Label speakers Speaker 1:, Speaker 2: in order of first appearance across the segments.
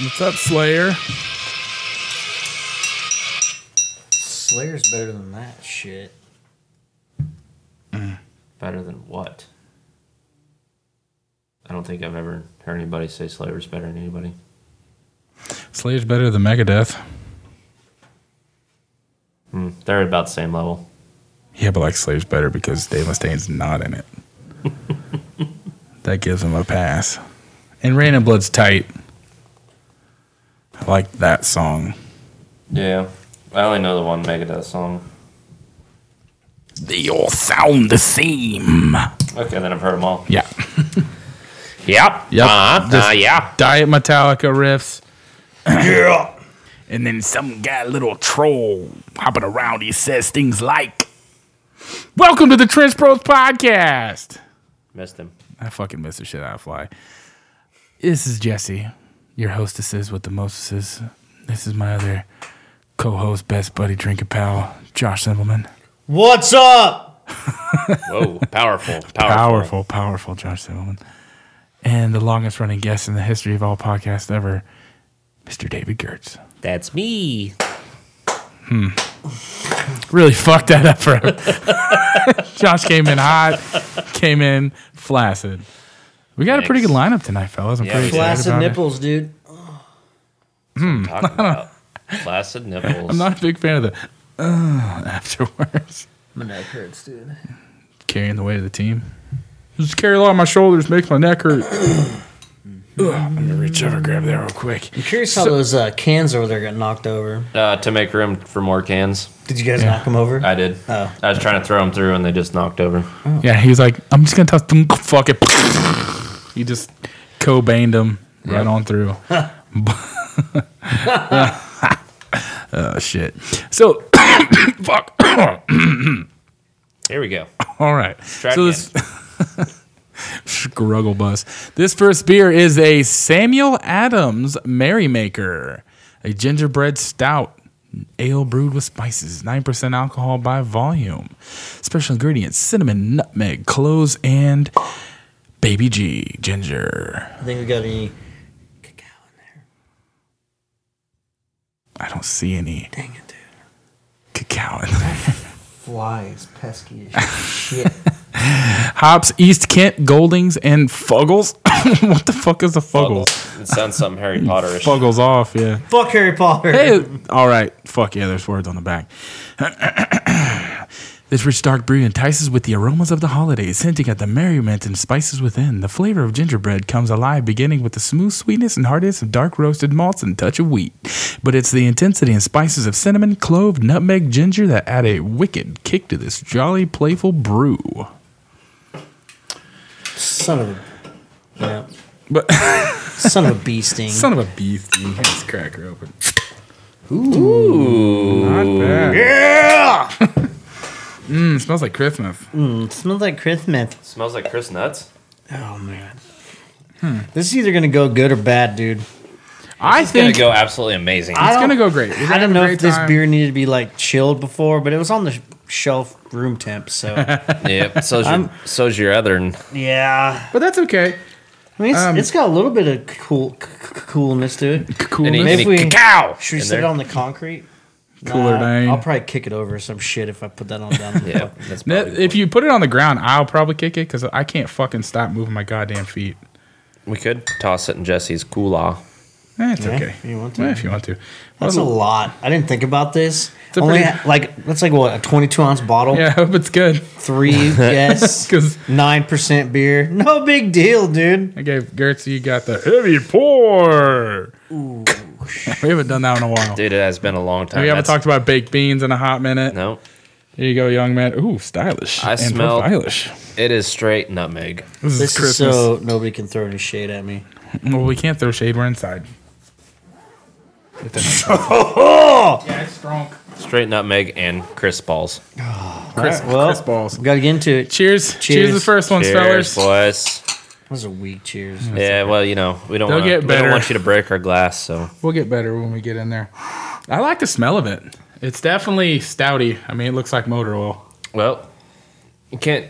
Speaker 1: What's up, Slayer?
Speaker 2: Slayer's better than that shit.
Speaker 3: Better than what? I don't think I've ever heard anybody say Slayer's better than anybody.
Speaker 1: Slayer's better than Megadeth.
Speaker 3: Hmm, they're about the same level.
Speaker 1: Yeah, but like Slayer's better because Dave Mustaine's not in it. that gives him a pass. And Rain and Blood's tight. I like that song.
Speaker 3: Yeah. I only know the one Megadeth song.
Speaker 1: They all sound the same.
Speaker 3: Okay, then I've heard them all.
Speaker 1: Yeah.
Speaker 3: Yep.
Speaker 1: Yep.
Speaker 3: Uh,
Speaker 1: Just-
Speaker 3: uh, yeah.
Speaker 1: Diet Metallica riffs.
Speaker 3: Yeah.
Speaker 1: And then some guy, little troll, hopping around, he says things like, Welcome to the Trench Bros Podcast.
Speaker 3: Missed him.
Speaker 1: I fucking miss the shit out of Fly. This is Jesse, your hostesses with the mostesses. This is my other co-host, best buddy, drinking pal, Josh Simpleman.
Speaker 2: What's up?
Speaker 3: Whoa. Powerful. Powerful.
Speaker 1: Powerful, powerful Josh Simpleman. And the longest running guest in the history of all podcasts ever, Mr. David Gertz.
Speaker 3: That's me.
Speaker 1: Really fucked that up for him. Josh came in hot, came in flaccid. We got a pretty good
Speaker 3: Thanks.
Speaker 1: lined lineup tonight, fellas. I'm
Speaker 3: Yeah,
Speaker 1: pretty
Speaker 3: we did.
Speaker 1: excited
Speaker 2: Flaccid
Speaker 1: about it.
Speaker 2: nipples, dude.
Speaker 3: Talking about flaccid nipples.
Speaker 1: I'm not a big fan of the uh, afterwards.
Speaker 2: My neck hurts, dude.
Speaker 1: carrying the weight of the team. Just carry a lot on my shoulders, makes my neck hurt. Ugh, I'm gonna reach over, grab that real quick.
Speaker 2: I'm curious how those uh, cans over there got knocked over.
Speaker 3: Uh, to make room for more cans.
Speaker 2: Did you guys
Speaker 1: Yeah.
Speaker 2: knock them over?
Speaker 3: I did.
Speaker 2: Oh.
Speaker 3: I was trying to throw them through and they just knocked over.
Speaker 1: Yeah, he was like, I'm just gonna toss them. Fuck it. He just co-baned him right
Speaker 3: Yep.
Speaker 1: on through. oh shit. So, fuck.
Speaker 3: Here we go.
Speaker 1: All right.
Speaker 3: try
Speaker 1: so
Speaker 3: it
Speaker 1: this struggle bus. This first beer is a Samuel Adams Merrymaker, a gingerbread stout. Ale brewed with spices, 9% alcohol by volume. Special ingredients cinnamon, nutmeg, cloves, and baby G, ginger.
Speaker 2: I think we got any cacao in there.
Speaker 1: I don't see any
Speaker 2: Dang it, dude.
Speaker 1: cacao in there.
Speaker 2: Flies, pesky as shit.
Speaker 1: Hops, East Kent, Goldings, and Fuggles. what the fuck is a Fuggles?
Speaker 3: It sounds something Harry Potterish.
Speaker 1: Fuggles off, yeah.
Speaker 2: Fuck Harry Potter.
Speaker 1: Hey, all right. Fuck yeah, there's words on the back. this rich dark brew entices with the aromas of the holidays, hinting at the merriment and spices within. The flavor of gingerbread comes alive, beginning with the smooth sweetness and hardness of dark roasted malts and touch of wheat. But it's the intensity and spices of cinnamon, clove, nutmeg, ginger that add a wicked kick to this jolly, playful brew.
Speaker 2: Son of a. Yeah.
Speaker 1: But
Speaker 2: Son of a bee sting.
Speaker 1: son of a beast, dude. Let's crack her open.
Speaker 3: Ooh.
Speaker 1: Not bad. Yeah. Mmm, smells like Christmas.
Speaker 2: It smells like Christmas.
Speaker 3: Smells like Chris Nuts.
Speaker 2: Oh, man.
Speaker 1: Hmm.
Speaker 2: This is either going to go good or bad, dude.
Speaker 1: I
Speaker 3: It's gonna
Speaker 1: think
Speaker 3: go absolutely amazing.
Speaker 2: I
Speaker 1: It's
Speaker 2: don't-
Speaker 1: gonna go great. We're
Speaker 2: I
Speaker 1: gonna have
Speaker 2: don't
Speaker 1: a
Speaker 2: know
Speaker 1: great
Speaker 2: if this
Speaker 1: time.
Speaker 2: beer needed to be like chilled before, but it was on the sh- shelf room temp, so
Speaker 3: yep. So's your,
Speaker 2: I'm-
Speaker 3: so's your other. n-
Speaker 2: yeah.
Speaker 1: But that's okay.
Speaker 2: I mean, it's,
Speaker 1: Um,
Speaker 2: it's got a little bit of cool c- c- coolness to it.
Speaker 1: Cool.
Speaker 3: Any,
Speaker 2: Maybe
Speaker 3: any
Speaker 2: we-
Speaker 3: cacao.
Speaker 2: Should we
Speaker 3: in
Speaker 2: set it
Speaker 3: there?
Speaker 2: on the concrete?
Speaker 1: Cooler than-
Speaker 2: I'll probably kick it over or some shit if I put that on down.
Speaker 3: Yeah. That's probably
Speaker 1: if you put it on the ground, I'll probably kick it because I can't fucking stop moving my goddamn feet.
Speaker 3: We could toss it in Jesse's coolah.
Speaker 1: Eh, it's
Speaker 2: Yeah,
Speaker 1: okay.
Speaker 2: if you want to.
Speaker 1: Eh, if you want to.
Speaker 2: That's a lot. I didn't think about this.
Speaker 1: a
Speaker 2: Only
Speaker 1: pretty-
Speaker 2: like that's like what a twenty-two ounce bottle,
Speaker 1: yeah, I hope it's good
Speaker 2: three yes,
Speaker 1: because
Speaker 2: nine percent beer. No big deal, dude.
Speaker 1: I gave Gertz, you got the heavy pour. we haven't done that in a while.
Speaker 3: Dude, it has been a long time.
Speaker 1: we haven't talked
Speaker 3: That's-
Speaker 1: about baked beans in a hot minute.
Speaker 3: No.
Speaker 1: Here you go, young man. Ooh, stylish.
Speaker 3: I
Speaker 1: And
Speaker 3: smell-
Speaker 1: stylish.
Speaker 3: It is straight nutmeg.
Speaker 1: This,
Speaker 2: This
Speaker 1: is Christmas.
Speaker 2: is so nobody can throw any shade at me.
Speaker 1: well, we can't throw shade. We're inside.
Speaker 2: Oh,
Speaker 1: Yeah, it's strong.
Speaker 3: Straight nutmeg and crisp balls.
Speaker 1: Crisp,
Speaker 2: well,
Speaker 1: crisp balls.
Speaker 2: we got to get into it.
Speaker 1: Cheers. Cheers.
Speaker 2: Cheers.
Speaker 1: the first one, fellas.
Speaker 3: Cheers, boys.
Speaker 2: That was a weak cheers.
Speaker 3: Yeah, well, you know, we don't,
Speaker 1: They'll
Speaker 3: wanna,
Speaker 1: get
Speaker 3: we
Speaker 1: better.
Speaker 3: don't want you to break our glass, so
Speaker 1: We'll get better when we get in there. I like the smell of it. It's definitely stouty. I mean, it looks like motor oil.
Speaker 3: well, you can't.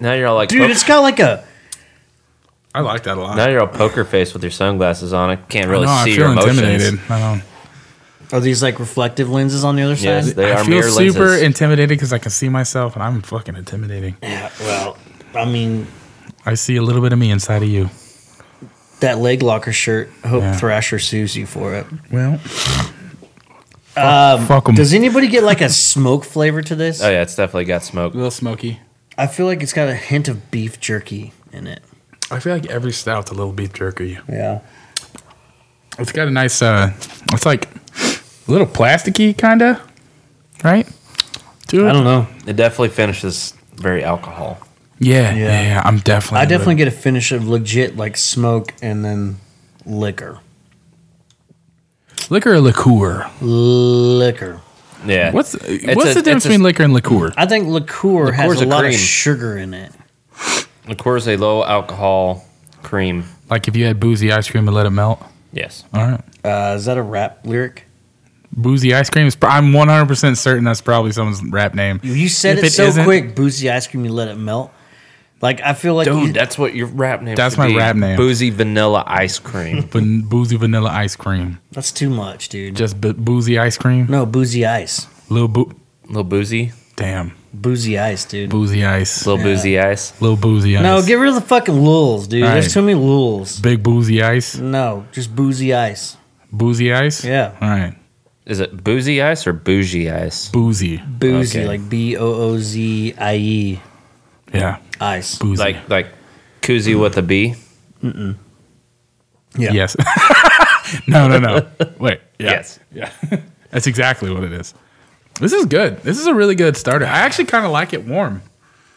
Speaker 3: Now you're all like,
Speaker 2: Dude,
Speaker 3: "Oh,
Speaker 2: it's got like a
Speaker 1: I like that a lot.
Speaker 3: Now you're all poker face with your sunglasses on. I can't really
Speaker 1: no, I
Speaker 3: see
Speaker 1: feel
Speaker 3: your emotions.
Speaker 1: intimidated. I don't.
Speaker 2: Are these like reflective lenses on the other
Speaker 3: Yes,
Speaker 2: side?
Speaker 3: they
Speaker 1: I
Speaker 3: are
Speaker 1: feel
Speaker 3: mirror lenses.
Speaker 1: super intimidated because I can see myself, and I'm fucking intimidating.
Speaker 2: Yeah. Well, I mean,
Speaker 1: I see a little bit of me inside of you.
Speaker 2: that leg locker shirt. I hope
Speaker 1: Yeah.
Speaker 2: Thrasher sues you for it.
Speaker 1: Well, um, fuck 'em.
Speaker 2: Does anybody get like a smoke flavor to this?
Speaker 3: Oh yeah, it's definitely got smoke.
Speaker 1: little smoky.
Speaker 2: I feel like it's got a hint of beef jerky in it.
Speaker 1: I feel like every stout's a little beef jerky.
Speaker 2: Yeah.
Speaker 1: It's got a nice. uh It's like a little plasticky, kinda, right? Dude,
Speaker 2: I don't know.
Speaker 3: It definitely finishes very alcohol.
Speaker 1: Yeah, yeah,
Speaker 2: Yeah.
Speaker 1: yeah, I'm definitely.
Speaker 2: I
Speaker 1: a little-
Speaker 2: definitely get a finish of legit like smoke and then liquor.
Speaker 1: liquor or liqueur.
Speaker 2: Liquor.
Speaker 3: Yeah.
Speaker 1: What's
Speaker 3: It's
Speaker 1: what's
Speaker 3: a-
Speaker 1: the difference
Speaker 3: it's a-
Speaker 1: between liquor and liqueur?
Speaker 2: I think liqueur has
Speaker 3: Liqueur's
Speaker 2: a
Speaker 3: a
Speaker 2: lot of
Speaker 3: cream.
Speaker 2: sugar in it.
Speaker 3: liqueur is a low alcohol cream?
Speaker 1: Like if you had boozy ice cream and let it melt.
Speaker 3: Yes.
Speaker 1: All right,
Speaker 2: Uh, is that a rap lyric?
Speaker 1: boozy ice cream is. Pr- I'm 100 percent certain that's probably someone's rap name.
Speaker 2: You said
Speaker 1: If
Speaker 2: it,
Speaker 1: it
Speaker 2: so
Speaker 1: isn't-
Speaker 2: quick, boozy ice cream, you let it melt. Like I feel like you-
Speaker 3: Dude, that's what your rap name.
Speaker 1: That's
Speaker 3: should
Speaker 1: my
Speaker 3: be.
Speaker 1: rap name.
Speaker 3: Boozy vanilla ice cream.
Speaker 1: Van- boozy vanilla ice cream,
Speaker 2: that's too much, dude.
Speaker 1: just b- boozy ice cream.
Speaker 2: no, boozy ice.
Speaker 1: Little boo.
Speaker 3: little boozy,
Speaker 1: Damn,
Speaker 2: Boozy ice, dude.
Speaker 1: boozy ice.
Speaker 3: little boozy ice.
Speaker 1: Little boozy ice.
Speaker 2: No, get rid of the fucking lulls, dude.
Speaker 1: All
Speaker 2: There's
Speaker 1: right.
Speaker 2: too many lulls.
Speaker 1: big boozy ice.
Speaker 2: No, just boozy ice.
Speaker 1: Boozy ice.
Speaker 2: Yeah.
Speaker 1: All right,
Speaker 3: Is it boozy ice or bougie ice?
Speaker 1: boozy.
Speaker 2: Boozy,
Speaker 3: Okay.
Speaker 2: like B O O Z I E
Speaker 1: Yeah,
Speaker 2: ice.
Speaker 1: boozy.
Speaker 3: Like like koozie with a B.
Speaker 2: yeah.
Speaker 1: Yes. no, no, no. Wait. yeah.
Speaker 3: Yes.
Speaker 1: Yeah. That's exactly what it is. This is good. This is a really good starter. I actually kind of like it warm.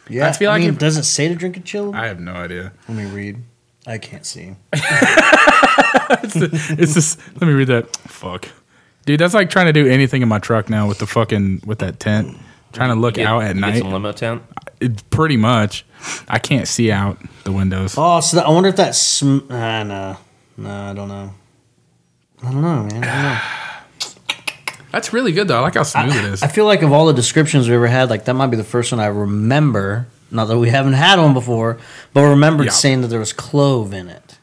Speaker 2: Yeah,
Speaker 1: I feel like
Speaker 2: mean,
Speaker 1: if-
Speaker 2: doesn't say to drink a chill.
Speaker 1: I have no idea.
Speaker 2: Let me read. I can't see.
Speaker 1: It's just let me read that. Fuck. Dude, that's like trying to do anything in my truck now with the fucking with that tent. Trying to look
Speaker 3: Get-
Speaker 1: out at
Speaker 3: you Get
Speaker 1: night.
Speaker 3: some limo tent.
Speaker 1: It, pretty much. I can't see out the windows.
Speaker 2: Oh, so that, I wonder if that's sm- ah no, no, I don't know. I don't know, man. I,
Speaker 1: That's really good though. I like how smooth it is.
Speaker 2: don't know. I feel like of all the descriptions we ever had, like that might be the first one I remember. Not that we haven't had one before, but remembered
Speaker 1: Yeah.
Speaker 2: saying that there was clove in it.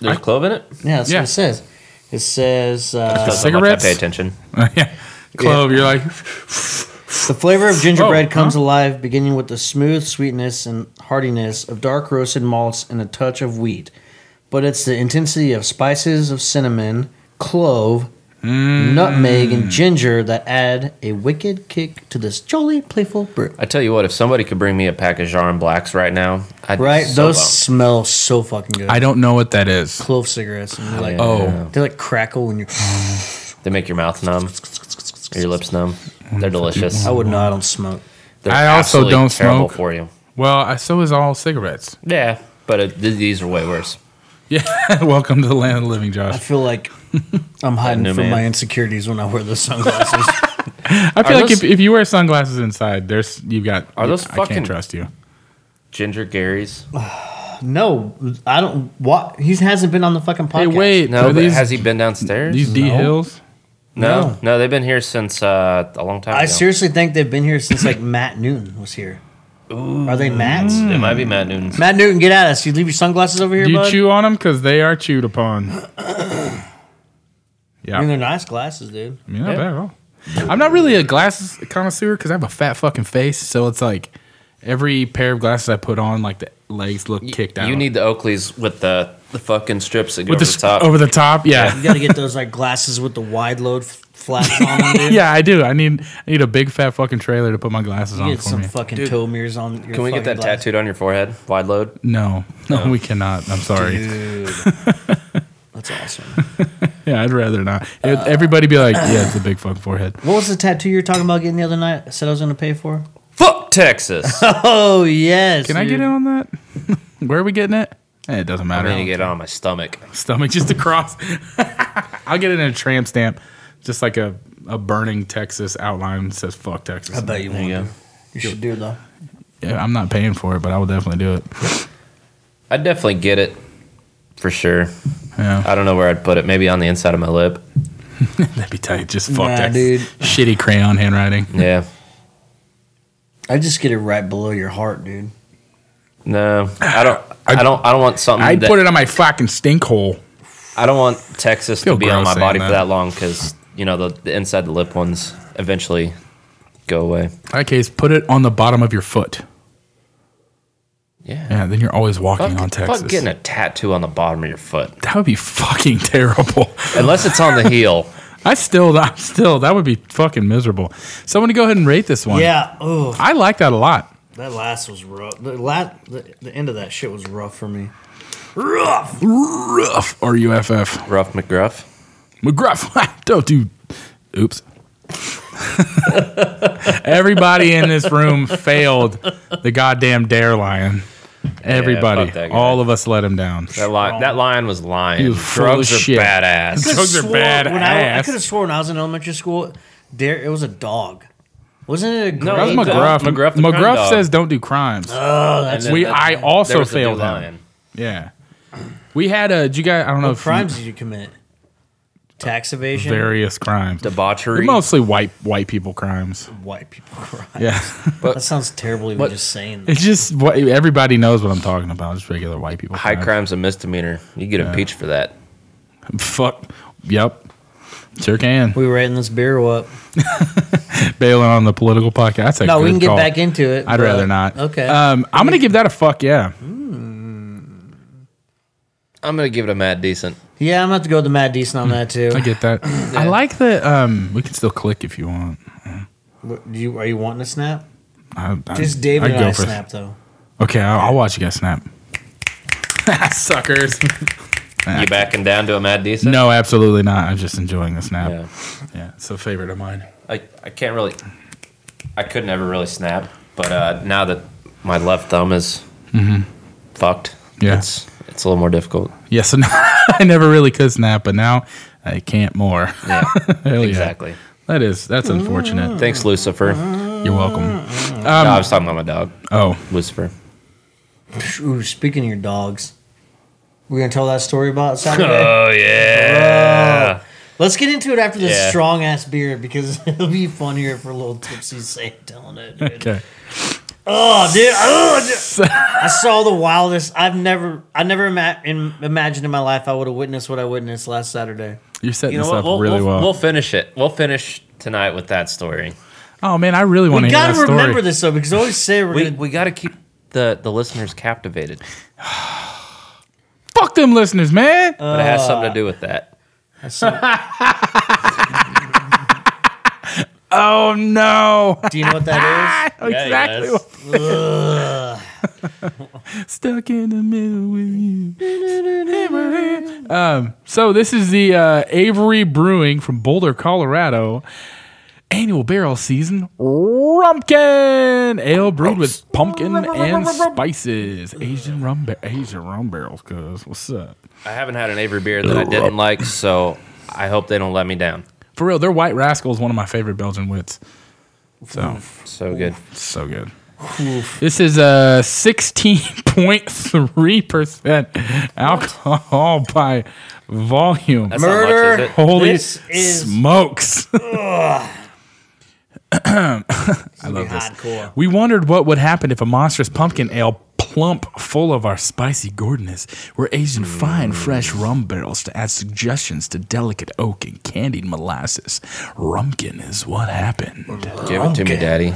Speaker 3: There's
Speaker 1: I-
Speaker 3: clove in it.
Speaker 2: Yeah, that's
Speaker 1: Yeah.
Speaker 2: what it says. It says uh,
Speaker 3: That's how much I
Speaker 1: cigarettes?
Speaker 3: Pay attention.
Speaker 1: yeah. Clove, you're like
Speaker 2: the flavor of gingerbread
Speaker 1: Oh,
Speaker 2: comes
Speaker 1: huh?
Speaker 2: alive, beginning with the smooth sweetness and hardiness of dark roasted malts and a touch of wheat. But it's the intensity of spices of cinnamon, clove,
Speaker 1: Mm.
Speaker 2: nutmeg, and ginger that add a wicked kick to this jolly, playful brew.
Speaker 3: I tell you what, if somebody could bring me a pack of Jarn Blacks right now, I'd be
Speaker 2: Right?
Speaker 3: so
Speaker 2: Those
Speaker 3: bummed.
Speaker 2: smell so fucking good.
Speaker 1: I don't know what that is.
Speaker 2: clove cigarettes. And they're like,
Speaker 3: Yeah.
Speaker 1: Oh.
Speaker 2: They like crackle when you.
Speaker 3: They make your mouth numb, or your lips numb. They're delicious.
Speaker 2: I would not. I don't smoke.
Speaker 3: They're
Speaker 1: I Mm-hmm. also
Speaker 3: absolutely
Speaker 1: don't
Speaker 3: terrible
Speaker 1: smoke.
Speaker 3: for you.
Speaker 1: Well, I, so is all cigarettes.
Speaker 3: Yeah, but it, th- these are way worse.
Speaker 1: Yeah. Welcome to the land of the living,
Speaker 2: I
Speaker 1: Josh.
Speaker 2: feel like I'm hiding
Speaker 3: new
Speaker 2: from
Speaker 3: man.
Speaker 2: my insecurities when I wear those sunglasses.
Speaker 1: I feel
Speaker 3: Are
Speaker 1: like
Speaker 3: those-
Speaker 1: if, if you wear sunglasses inside, there's you've got.
Speaker 3: Are those
Speaker 1: I
Speaker 3: fucking-
Speaker 1: can't trust you.
Speaker 3: Ginger Gary's.
Speaker 2: No, I don't. What he hasn't been on the fucking podcast.
Speaker 1: Hey, wait. are
Speaker 3: No, but
Speaker 1: these,
Speaker 3: has he been downstairs?
Speaker 1: these D
Speaker 2: No.
Speaker 1: Hills?
Speaker 3: no,
Speaker 2: No.
Speaker 3: no, they've been here since uh, a long time.
Speaker 2: I
Speaker 3: ago.
Speaker 2: seriously think they've been here since like Matt Newton was here. Are they Matt's?
Speaker 3: It might
Speaker 1: Hmm.
Speaker 3: be Matt Noon's.
Speaker 2: Matt Newton, get at us! You leave your sunglasses over here,
Speaker 1: Do you
Speaker 2: bud.
Speaker 1: chew on them? Because they are chewed upon.
Speaker 2: I
Speaker 1: Yeah.
Speaker 2: mean, they're nice glasses, dude.
Speaker 1: I mean, not
Speaker 3: Yeah.
Speaker 1: bad at all. I'm not really a glasses connoisseur because I have a fat fucking face. So it's like every pair of glasses I put on, like the legs look kicked out.
Speaker 3: You need the Oakleys with the, the fucking strips that go
Speaker 1: with
Speaker 3: over
Speaker 1: the
Speaker 3: the,
Speaker 1: sp-
Speaker 3: top.
Speaker 1: over the top. Yeah.
Speaker 2: You gotta get those like glasses with the wide load f- flaps on them, dude.
Speaker 1: Yeah, I do. I need I need a big fat fucking trailer to put my glasses on
Speaker 2: Get
Speaker 1: for
Speaker 2: some
Speaker 1: me.
Speaker 2: fucking
Speaker 3: Dude,
Speaker 2: toe mirrors on. Your
Speaker 3: Can we get
Speaker 2: fucking
Speaker 3: that
Speaker 2: glasses.
Speaker 3: tattooed on your forehead? Wide load.
Speaker 1: no, no, we cannot. I'm sorry.
Speaker 2: Dude. That's awesome.
Speaker 1: Yeah, I'd rather not. It- Everybody be like, yeah, it's a big fucking forehead.
Speaker 2: What was the tattoo you were talking about getting the other night? I said I was gonna pay for.
Speaker 3: Fuck Texas. I
Speaker 2: Oh yes.
Speaker 1: Can I get
Speaker 2: dude.
Speaker 1: in on that? Where are we getting it? Eh, it doesn't matter.
Speaker 3: need to get it on my stomach.
Speaker 1: Stomach just across. I'll get it in a tram stamp, just like a, a burning Texas outline that says "fuck Texas."
Speaker 2: I bet you
Speaker 3: There you
Speaker 2: won't.
Speaker 3: go.
Speaker 2: You should do it though.
Speaker 1: Yeah, I'm not paying for it, but I will definitely do it.
Speaker 3: I'd definitely get it for sure.
Speaker 1: Yeah,
Speaker 3: I don't know where I'd put it. Maybe on the inside of my lip.
Speaker 1: that'd be tight. Just fuck
Speaker 2: Nah,
Speaker 1: Texas.
Speaker 2: dude.
Speaker 1: Shitty crayon handwriting.
Speaker 3: Yeah.
Speaker 2: I just get it right below your heart, dude.
Speaker 3: No, I don't. I don't. I don't want something.
Speaker 1: I'd
Speaker 3: that,
Speaker 1: put it on my fucking stink hole.
Speaker 3: I don't want Texas
Speaker 1: Feel
Speaker 3: to be on
Speaker 1: gross
Speaker 3: my
Speaker 1: saying
Speaker 3: body
Speaker 1: that.
Speaker 3: for that long because you know the, the inside the lip ones eventually go away.
Speaker 1: In that case, put it on the bottom of your foot.
Speaker 3: Yeah.
Speaker 1: Yeah, then you're always walking
Speaker 3: Fuck,
Speaker 1: on Texas.
Speaker 3: fuck getting a tattoo on the bottom of your foot,
Speaker 1: that would be fucking terrible.
Speaker 3: unless it's on the heel.
Speaker 1: I still, I'm still, that would be fucking miserable. So I'm gonna go ahead and rate this one.
Speaker 2: Yeah. Oh,
Speaker 1: I like that a lot.
Speaker 2: that last was rough. The, la- the, the end of that shit was rough for me.
Speaker 1: Ruff or UFF
Speaker 3: Rough McGruff.
Speaker 1: McGruff. Don't do. Oops. Everybody in this room failed the goddamn dare lion. Everybody,
Speaker 3: fuck that guy.
Speaker 1: all of us let him down.
Speaker 3: That lion. That lion was lying.
Speaker 1: He was full
Speaker 3: Drugs
Speaker 1: of
Speaker 3: are
Speaker 1: shit.
Speaker 3: badass.
Speaker 1: Drugs are
Speaker 2: Swore- When I, I
Speaker 1: badass.
Speaker 2: could have sworn I was in elementary school. There, it was a dog. Wasn't it a
Speaker 3: No,
Speaker 2: great
Speaker 3: it
Speaker 1: That was
Speaker 3: Hey,
Speaker 1: McGruff.
Speaker 3: dog. McGruff
Speaker 1: McGruff,
Speaker 3: the crime dog.
Speaker 1: says don't do crimes.
Speaker 2: Uh,
Speaker 3: And
Speaker 1: we-
Speaker 3: that-
Speaker 1: I also
Speaker 3: there was a new
Speaker 1: failed that. yeah, we had a. Did you guys? I don't know if you-
Speaker 2: crimes did you commit? Tax evasion,
Speaker 1: various crimes.
Speaker 3: Debauchery.
Speaker 1: Mostly white white people crimes.
Speaker 2: white people crime.
Speaker 1: Yeah,
Speaker 2: That sounds terrible. Even just saying that.
Speaker 1: it's just what everybody knows what I'm talking about. Just regular white people.
Speaker 3: High
Speaker 1: crimes.
Speaker 3: crime's a misdemeanor. You get impeached for that.
Speaker 1: Fuck. Yep. Sure can.
Speaker 2: We rating this beer or what?
Speaker 1: Bailing on the political podcast. That's a
Speaker 2: No, we
Speaker 1: good
Speaker 2: can get
Speaker 1: call.
Speaker 2: back into it.
Speaker 1: I'd
Speaker 2: but-
Speaker 1: rather not.
Speaker 2: Okay.
Speaker 1: Um, I'm gonna give that a fuck yeah.
Speaker 3: I'm gonna give it a mad decent.
Speaker 2: yeah, I'm gonna have to go with the Matt Decent on that too.
Speaker 1: I get that. I like the. Um, we can still click if you want.
Speaker 2: What- do you, are you wanting a snap?
Speaker 1: I, I,
Speaker 2: Just David
Speaker 1: I'd
Speaker 2: and
Speaker 1: go
Speaker 2: I
Speaker 1: for-
Speaker 2: snap though.
Speaker 1: Okay, I'll, I'll watch you guys snap. Suckers.
Speaker 3: You backing down to a mad decent?
Speaker 1: No, absolutely not. I'm just enjoying the snap.
Speaker 3: Yeah.
Speaker 1: yeah it's a favorite of mine.
Speaker 3: I, I can't really. I could never really snap, but uh, now that my left thumb is fucked,
Speaker 1: Mm-hmm. Yeah.
Speaker 3: it's it's a little more difficult.
Speaker 1: Yes, and I never really could snap, but now I can't more.
Speaker 3: Yeah,
Speaker 1: Hell Oh, yeah.
Speaker 3: exactly.
Speaker 1: That is that's unfortunate.
Speaker 3: Thanks, Lucifer.
Speaker 1: You're welcome. Um,
Speaker 3: no, I was talking about my dog,
Speaker 1: Oh,
Speaker 3: Lucifer.
Speaker 2: Ooh, speaking of your dogs, we're gonna tell that story about Saturday.
Speaker 3: Oh yeah.
Speaker 2: Let's get into it after this
Speaker 3: Yeah.
Speaker 2: strong ass beer because it'll be funnier for little tipsy Sam telling it. dude.
Speaker 1: okay.
Speaker 2: Oh, dude! Oh, dude. I saw the wildest. I've never, I never ima- in, imagined in my life I would have witnessed what I witnessed last Saturday.
Speaker 1: You're setting
Speaker 3: You know
Speaker 1: this
Speaker 3: what?
Speaker 1: up
Speaker 3: We'll,
Speaker 1: really
Speaker 3: we'll,
Speaker 1: well.
Speaker 3: we'll finish it. We'll finish tonight with that story.
Speaker 1: oh man, I really want to
Speaker 2: We
Speaker 1: hear that
Speaker 2: gotta
Speaker 1: story.
Speaker 2: remember this though because I always say we're
Speaker 3: We
Speaker 2: gonna.
Speaker 3: we got to keep the the listeners captivated,
Speaker 1: Fuck them listeners, man.
Speaker 2: Uh,
Speaker 3: but it has something to do with that.
Speaker 1: oh no.
Speaker 2: Do you know what
Speaker 1: I
Speaker 2: that
Speaker 1: know
Speaker 3: Yeah,
Speaker 1: exactly. what-
Speaker 3: yes.
Speaker 1: Stuck in the middle with you. um, so this is the uh, Avery Brewing from Boulder, Colorado. Annual barrel season Rumpkin ale brewed with pumpkin and spices, Asian rum, ba- Asian rum barrels. Cause what's up?
Speaker 3: I haven't had an Avery beer that I didn't like, so I hope they don't let me down.
Speaker 1: For real, their White Rascal is one of my favorite Belgian wits. So
Speaker 3: So good.
Speaker 1: so good. This is a sixteen point three percent alcohol by volume.
Speaker 3: That's not much,
Speaker 2: Murder.
Speaker 3: is it?
Speaker 1: Holy
Speaker 2: This is-
Speaker 1: smokes!
Speaker 2: is? I love hardcore.
Speaker 1: we wondered what would happen if a monstrous pumpkin ale plump full of our spicy gordonness were aged
Speaker 2: Hmm.
Speaker 1: in fine fresh rum barrels to add suggestions to delicate oak and candied molasses. Rumpkin is what happened.
Speaker 3: Give it to me, Daddy.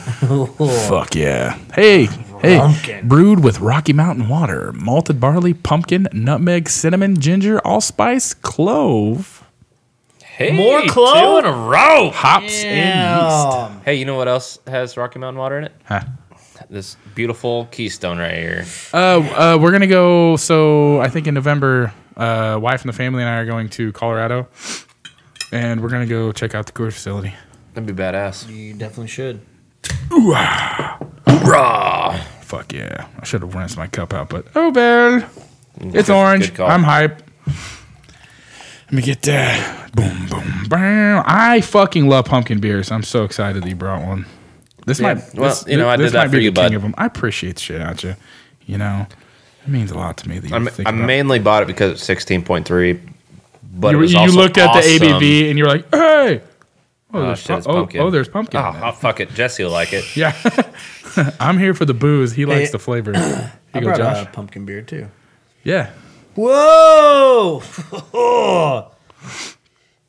Speaker 1: Fuck yeah. Hey, hey.
Speaker 2: Pumpkin.
Speaker 1: Brewed with Rocky Mountain water, malted barley, pumpkin, nutmeg, cinnamon, ginger, allspice, clove,
Speaker 3: Hey,
Speaker 2: More clove?
Speaker 3: Two in a row.
Speaker 1: hops, and yeast.
Speaker 2: Damn.
Speaker 3: Hey, you know what else has Rocky Mountain water in it?
Speaker 1: Huh.
Speaker 3: This beautiful Keystone right here.
Speaker 1: Uh, uh, we're going to go. So I think in November, uh, wife and the family and I are going to Colorado. And we're going to go check out the Coors facility.
Speaker 3: That'd be badass.
Speaker 2: You definitely should.
Speaker 3: Raw.
Speaker 1: Fuck yeah. I should have rinsed my cup out, but oh, well. It's
Speaker 3: Good-
Speaker 1: orange.
Speaker 3: good call.
Speaker 1: I'm hype. Let me get that. Boom, boom, bam. I fucking love pumpkin beers. I'm so excited that you brought one. This
Speaker 3: Yeah.
Speaker 1: might,
Speaker 3: Well,
Speaker 1: this,
Speaker 3: you know, I
Speaker 1: this
Speaker 3: did that
Speaker 1: might
Speaker 3: for
Speaker 1: be
Speaker 3: you,
Speaker 1: the king
Speaker 3: bud.
Speaker 1: of them. I appreciate the shit out you. You know, it means a lot to me that you
Speaker 3: I'm,
Speaker 1: think
Speaker 3: I
Speaker 1: about-
Speaker 3: mainly bought it because it's sixteen point three. But it
Speaker 1: You,
Speaker 3: was
Speaker 1: you
Speaker 3: also
Speaker 1: looked at
Speaker 3: awesome.
Speaker 1: the ABV and you're like, hey, oh,
Speaker 3: Oh,
Speaker 1: there's,
Speaker 3: shit, it's
Speaker 1: pu- oh,
Speaker 3: pumpkin.
Speaker 1: oh, there's pumpkin.
Speaker 3: Oh,
Speaker 1: in it.
Speaker 3: oh, fuck it. Jesse will like it.
Speaker 1: Yeah. I'm here for the booze. He likes the flavor. Here
Speaker 2: I
Speaker 1: you go,
Speaker 2: brought
Speaker 1: Josh.
Speaker 2: a pumpkin beer too.
Speaker 1: Yeah.
Speaker 2: Whoa! All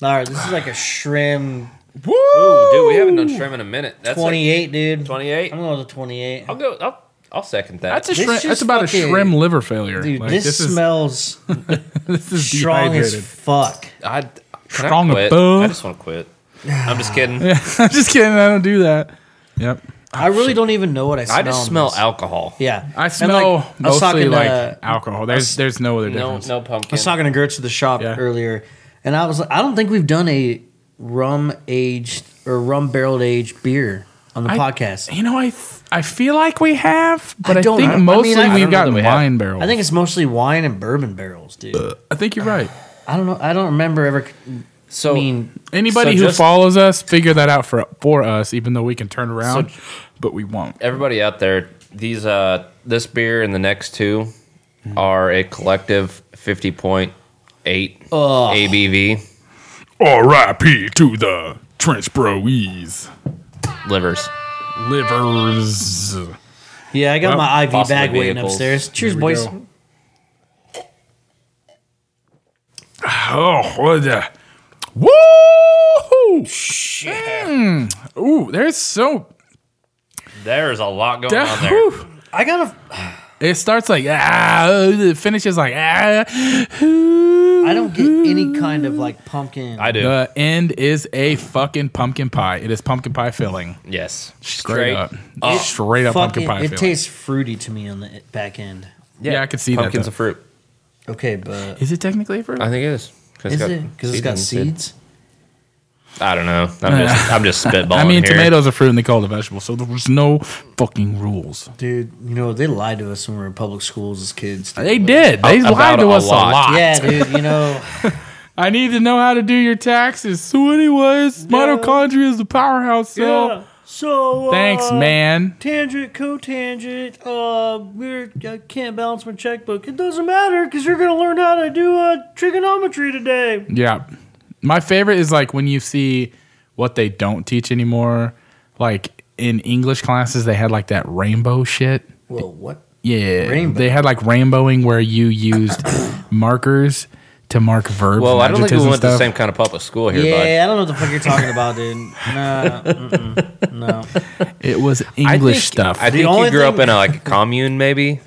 Speaker 2: right, this is like a shrimp
Speaker 1: Woo!
Speaker 3: Ooh, dude, we haven't done shrimp in a minute. That's like-
Speaker 2: 28, dude.
Speaker 3: 28?
Speaker 2: I'm going with a 28.
Speaker 3: I'll go. I'll, I'll second that.
Speaker 1: That's a
Speaker 2: This
Speaker 1: shrimp.
Speaker 2: just
Speaker 1: That's about a
Speaker 2: fucking-
Speaker 1: shrimp liver failure.
Speaker 2: Dude,
Speaker 1: Like,
Speaker 2: this,
Speaker 1: is-
Speaker 2: smells
Speaker 1: this is
Speaker 2: strong as
Speaker 1: dehydrated.
Speaker 2: fuck.
Speaker 3: I, can
Speaker 1: Strong
Speaker 3: I quit?
Speaker 1: above.
Speaker 3: I just want to quit. I'm just kidding.
Speaker 1: I'm just kidding. I don't do that. Yep.
Speaker 2: I really don't even know what I smell.
Speaker 3: Oh, I just
Speaker 2: in
Speaker 3: smell
Speaker 2: this.
Speaker 3: alcohol.
Speaker 2: Yeah.
Speaker 1: I
Speaker 2: And,
Speaker 1: smell
Speaker 2: like, I was
Speaker 1: mostly
Speaker 2: talking uh,
Speaker 1: like
Speaker 2: to-
Speaker 1: alcohol. There's there's no other
Speaker 3: No,
Speaker 1: difference.
Speaker 3: no pumpkin.
Speaker 2: I was talking to Gertz at the shop
Speaker 1: Yeah.
Speaker 2: earlier, and I was like, I don't think we've done a rum aged or rum barreled aged beer on the
Speaker 1: I-
Speaker 2: podcast.
Speaker 1: You know, I th- I feel like we have, but I,
Speaker 2: don't-
Speaker 1: think
Speaker 2: I- I mean,
Speaker 1: mostly
Speaker 2: I- I don't
Speaker 1: we've
Speaker 3: know that
Speaker 1: gotten
Speaker 3: we have.
Speaker 1: wine barrels.
Speaker 2: I think it's mostly wine and bourbon barrels, dude.
Speaker 1: I think you're right.
Speaker 2: I don't know. I don't remember ever.
Speaker 3: So,
Speaker 2: I mean,
Speaker 1: Anybody
Speaker 3: So
Speaker 1: who
Speaker 3: just-
Speaker 1: follows us, figure that out for for us. Even though we can turn around,
Speaker 3: So-
Speaker 1: but we won't.
Speaker 3: everybody out there, these uh, this beer and the next two are a collective 50.8
Speaker 2: Ugh.
Speaker 3: ABV
Speaker 1: R.I.P. to the trench broies,
Speaker 3: livers.
Speaker 1: livers.
Speaker 2: yeah, I got
Speaker 3: Well,
Speaker 2: my IV
Speaker 3: possibly
Speaker 2: bag waiting
Speaker 3: vehicles.
Speaker 2: upstairs. Cheers,
Speaker 1: we
Speaker 2: boys.
Speaker 1: go. Oh, what the woo! Mm. Ooh, there's so
Speaker 3: There's a lot going on
Speaker 1: that.
Speaker 3: there.
Speaker 1: whew.
Speaker 2: I got a.
Speaker 1: It starts like ah, it finishes like ah.
Speaker 2: I don't get any kind of like pumpkin.
Speaker 3: I do.
Speaker 1: The end is a fucking pumpkin pie. It is pumpkin pie filling.
Speaker 3: yes.
Speaker 1: Straight, up.
Speaker 3: up.
Speaker 1: Straight up pumpkin
Speaker 2: fucking.
Speaker 1: pie
Speaker 2: It
Speaker 1: filling.
Speaker 2: tastes fruity to me on the back end.
Speaker 1: yeah, I could see
Speaker 3: Pumpkin's
Speaker 1: that.
Speaker 3: a fruit.
Speaker 2: Okay, but
Speaker 1: Is it technically a fruit?
Speaker 3: I think it is.
Speaker 2: is it because it's got seeds?
Speaker 3: I don't know. I'm just, I'm just spitballing.
Speaker 1: I mean,
Speaker 3: here.
Speaker 1: tomatoes are fruit and they call it a vegetable, so there was no fucking rules.
Speaker 2: Dude, you know they lied to us when we were in public schools as kids. dude.
Speaker 1: They did. They
Speaker 3: About
Speaker 1: lied to
Speaker 3: a
Speaker 1: us
Speaker 3: lot.
Speaker 1: a lot.
Speaker 2: Yeah, dude. You know,
Speaker 1: I need to know how to do your taxes. So, anyways, mitochondria is the powerhouse cell.
Speaker 2: Yeah. So uh,
Speaker 1: Thanks, man.
Speaker 2: Tangent, cotangent. Uh, we're, I can't balance my checkbook. It doesn't matter because you're gonna learn how to do uh, trigonometry today.
Speaker 1: Yeah. My favorite is like when you see what they don't teach anymore. Like in English classes, they had like that rainbow shit.
Speaker 2: Well, what?
Speaker 1: Yeah.
Speaker 2: Rainbow.
Speaker 1: They had like rainbowing where you used markers to mark verbs. and
Speaker 3: Well, I don't think we
Speaker 1: adjectives and
Speaker 3: went to the
Speaker 1: stuff.
Speaker 3: same kind of public school here,
Speaker 2: Yeah,
Speaker 3: bud.
Speaker 2: I don't know what the fuck you're talking about, dude. Nah, mm-mm, no.
Speaker 1: It was English
Speaker 3: think-
Speaker 1: stuff.
Speaker 3: I
Speaker 1: I,
Speaker 2: The
Speaker 3: think
Speaker 2: only
Speaker 3: you grew up
Speaker 2: thing-
Speaker 3: in a, like a commune, maybe.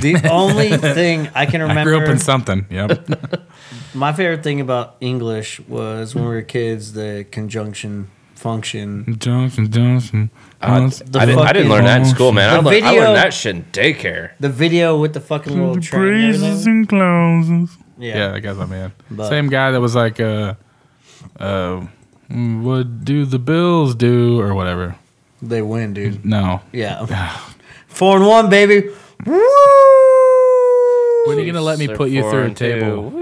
Speaker 2: The only thing I can remember.
Speaker 1: grew up in something. Yep.
Speaker 2: My favorite thing about English was when we were kids, the conjunction function.
Speaker 1: Johnson, Johnson. Johnson.
Speaker 2: The
Speaker 3: Uh, I didn't, I didn't learn that in school, man.
Speaker 2: The
Speaker 3: I, learned, I
Speaker 2: video-
Speaker 3: learned that shit in daycare.
Speaker 2: The video with the fucking little train. and
Speaker 1: Praises
Speaker 2: everything.
Speaker 1: and closes.
Speaker 2: Yeah.
Speaker 1: Yeah. that guy's my man.
Speaker 2: But-
Speaker 1: Same guy that was like, uh, uh, what do the Bills do or whatever?
Speaker 2: They win, dude.
Speaker 1: No.
Speaker 2: Yeah. Four and one, baby. Woo!
Speaker 1: When are you gonna let me
Speaker 3: Six or
Speaker 1: put you
Speaker 3: four
Speaker 1: through a
Speaker 3: and
Speaker 1: table?
Speaker 3: two.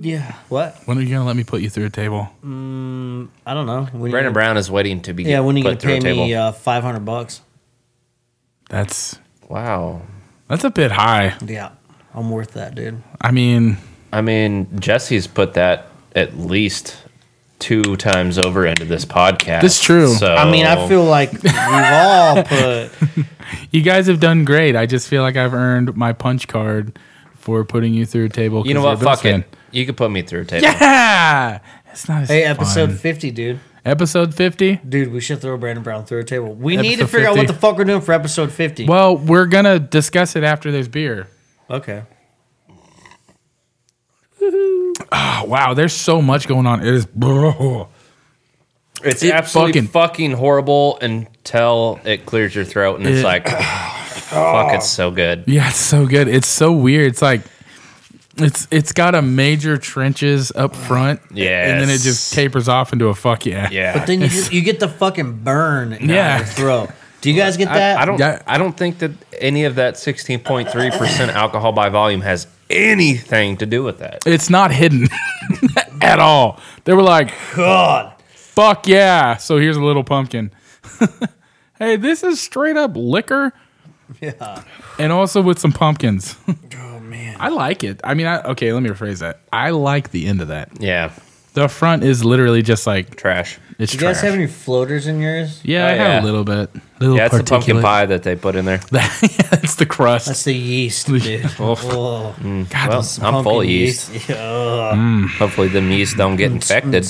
Speaker 2: Yeah. What?
Speaker 1: When are you gonna let me put you through a table?
Speaker 2: Mm, I don't know. When you
Speaker 3: Brandon
Speaker 2: gonna-
Speaker 3: Brown is waiting to be
Speaker 2: Yeah, when are you
Speaker 3: put
Speaker 2: going to pay
Speaker 3: through a table.
Speaker 2: me uh, 500 bucks?
Speaker 1: That's
Speaker 2: uh,
Speaker 3: wow.
Speaker 1: that's a bit high.
Speaker 2: Yeah. I'm worth that, dude.
Speaker 1: I mean,
Speaker 3: I mean, Jesse's put that at least two times over into this podcast.
Speaker 1: That's true.
Speaker 3: So
Speaker 2: I mean, I feel like we've all put.
Speaker 1: you guys have done great. I just feel like I've earned my punch card for putting you through a table.
Speaker 3: you know
Speaker 1: 'cause you're
Speaker 3: what?
Speaker 1: a Bills
Speaker 3: Fuck it.
Speaker 1: fan.
Speaker 3: You could put me through a table.
Speaker 1: Yeah, it's not. As
Speaker 2: Hey, episode
Speaker 1: fun.
Speaker 2: 50, dude.
Speaker 1: episode fifty.
Speaker 2: Dude, we should throw Brandon Brown through a table. We need to
Speaker 1: Episode
Speaker 2: figure out what
Speaker 1: 50.
Speaker 2: the fuck we're doing for episode 50.
Speaker 1: Well, we're gonna discuss it after there's beer.
Speaker 2: Okay.
Speaker 1: Oh, wow, there's so much going on. It is. Bro.
Speaker 3: It's
Speaker 1: It
Speaker 3: absolutely
Speaker 1: fucking-
Speaker 3: fucking, horrible until it clears your throat and
Speaker 1: It-
Speaker 3: it's like, fuck, it's so good.
Speaker 1: Yeah, it's so good. It's so weird. It's like it's it's got a major trenches up front. And then it
Speaker 3: Yes.
Speaker 1: just tapers off into a fuck yeah.
Speaker 3: Yeah.
Speaker 2: But then you, you get the fucking burn in
Speaker 1: Yeah.
Speaker 2: your throat. Do you guys get that?
Speaker 3: I, I don't.
Speaker 1: Yeah.
Speaker 3: I don't think that any of that 16.3 percent alcohol by volume has anything to do with that.
Speaker 1: It's not hidden at all. They were like,
Speaker 2: God.
Speaker 1: fuck yeah. So here's a little pumpkin. hey, this is straight up liquor
Speaker 2: Yeah.
Speaker 1: and also with some pumpkins.
Speaker 2: Oh, man.
Speaker 1: I like it. I mean, I, okay, let me rephrase that. I like the end of that.
Speaker 3: Yeah,
Speaker 1: The front is literally just like
Speaker 3: Trash.
Speaker 1: it's
Speaker 2: Do you
Speaker 1: trash.
Speaker 2: guys have any floaters in yours?
Speaker 1: yeah,
Speaker 3: Oh,
Speaker 1: I have
Speaker 3: yeah.
Speaker 1: a little bit. Little
Speaker 3: Yeah, it's the pumpkin
Speaker 1: particulate.
Speaker 3: pie that they put in there.
Speaker 1: That's the crust.
Speaker 2: That's the yeast,
Speaker 1: Yeah.
Speaker 2: dude.
Speaker 1: Oh.
Speaker 2: Oh.
Speaker 1: God,
Speaker 3: Well,
Speaker 1: those-
Speaker 3: Mm, I'm full of
Speaker 2: Pumpkin
Speaker 3: yeast.
Speaker 2: Yeah.
Speaker 3: Hopefully, the yeast don't
Speaker 1: Mm-hmm.
Speaker 3: get infected.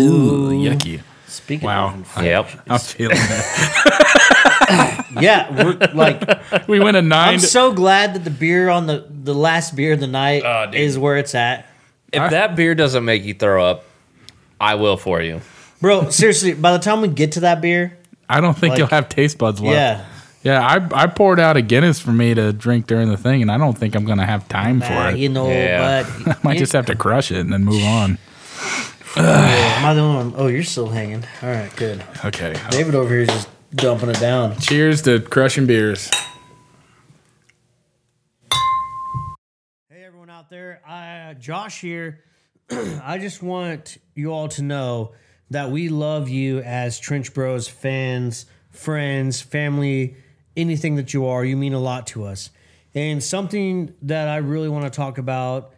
Speaker 1: ooh,
Speaker 2: Ew.
Speaker 1: yucky.
Speaker 2: Speaking
Speaker 1: Wow.
Speaker 2: of
Speaker 3: Yep.
Speaker 1: I'm feeling that.
Speaker 2: Yeah, we're, like
Speaker 1: We went a nine.
Speaker 2: I'm so glad that the beer on the the last beer of the night
Speaker 3: Oh, dude.
Speaker 2: is where it's at.
Speaker 3: If that beer doesn't make you throw up, I will for you.
Speaker 2: Bro, seriously, by the time we get to that beer,
Speaker 1: I don't think
Speaker 2: like-
Speaker 1: you'll have taste buds left.
Speaker 2: yeah,
Speaker 1: Yeah, I, I poured out a Guinness for me to drink during the thing, and I don't think I'm going to have time
Speaker 2: nah,
Speaker 1: for it.
Speaker 2: you know,
Speaker 3: Yeah.
Speaker 2: but
Speaker 1: I might just have to crush it and then move on.
Speaker 2: am I the only one? Oh, you're still hanging. All right, good.
Speaker 1: Okay. uh,
Speaker 2: David over here is just dumping it down.
Speaker 1: Cheers to crushing beers.
Speaker 2: Hey everyone out there, uh, Josh here. I just want you all to know that we love you as Trench Bros fans, friends, family, anything that you are. You mean a lot to us. And something that I really want to talk about,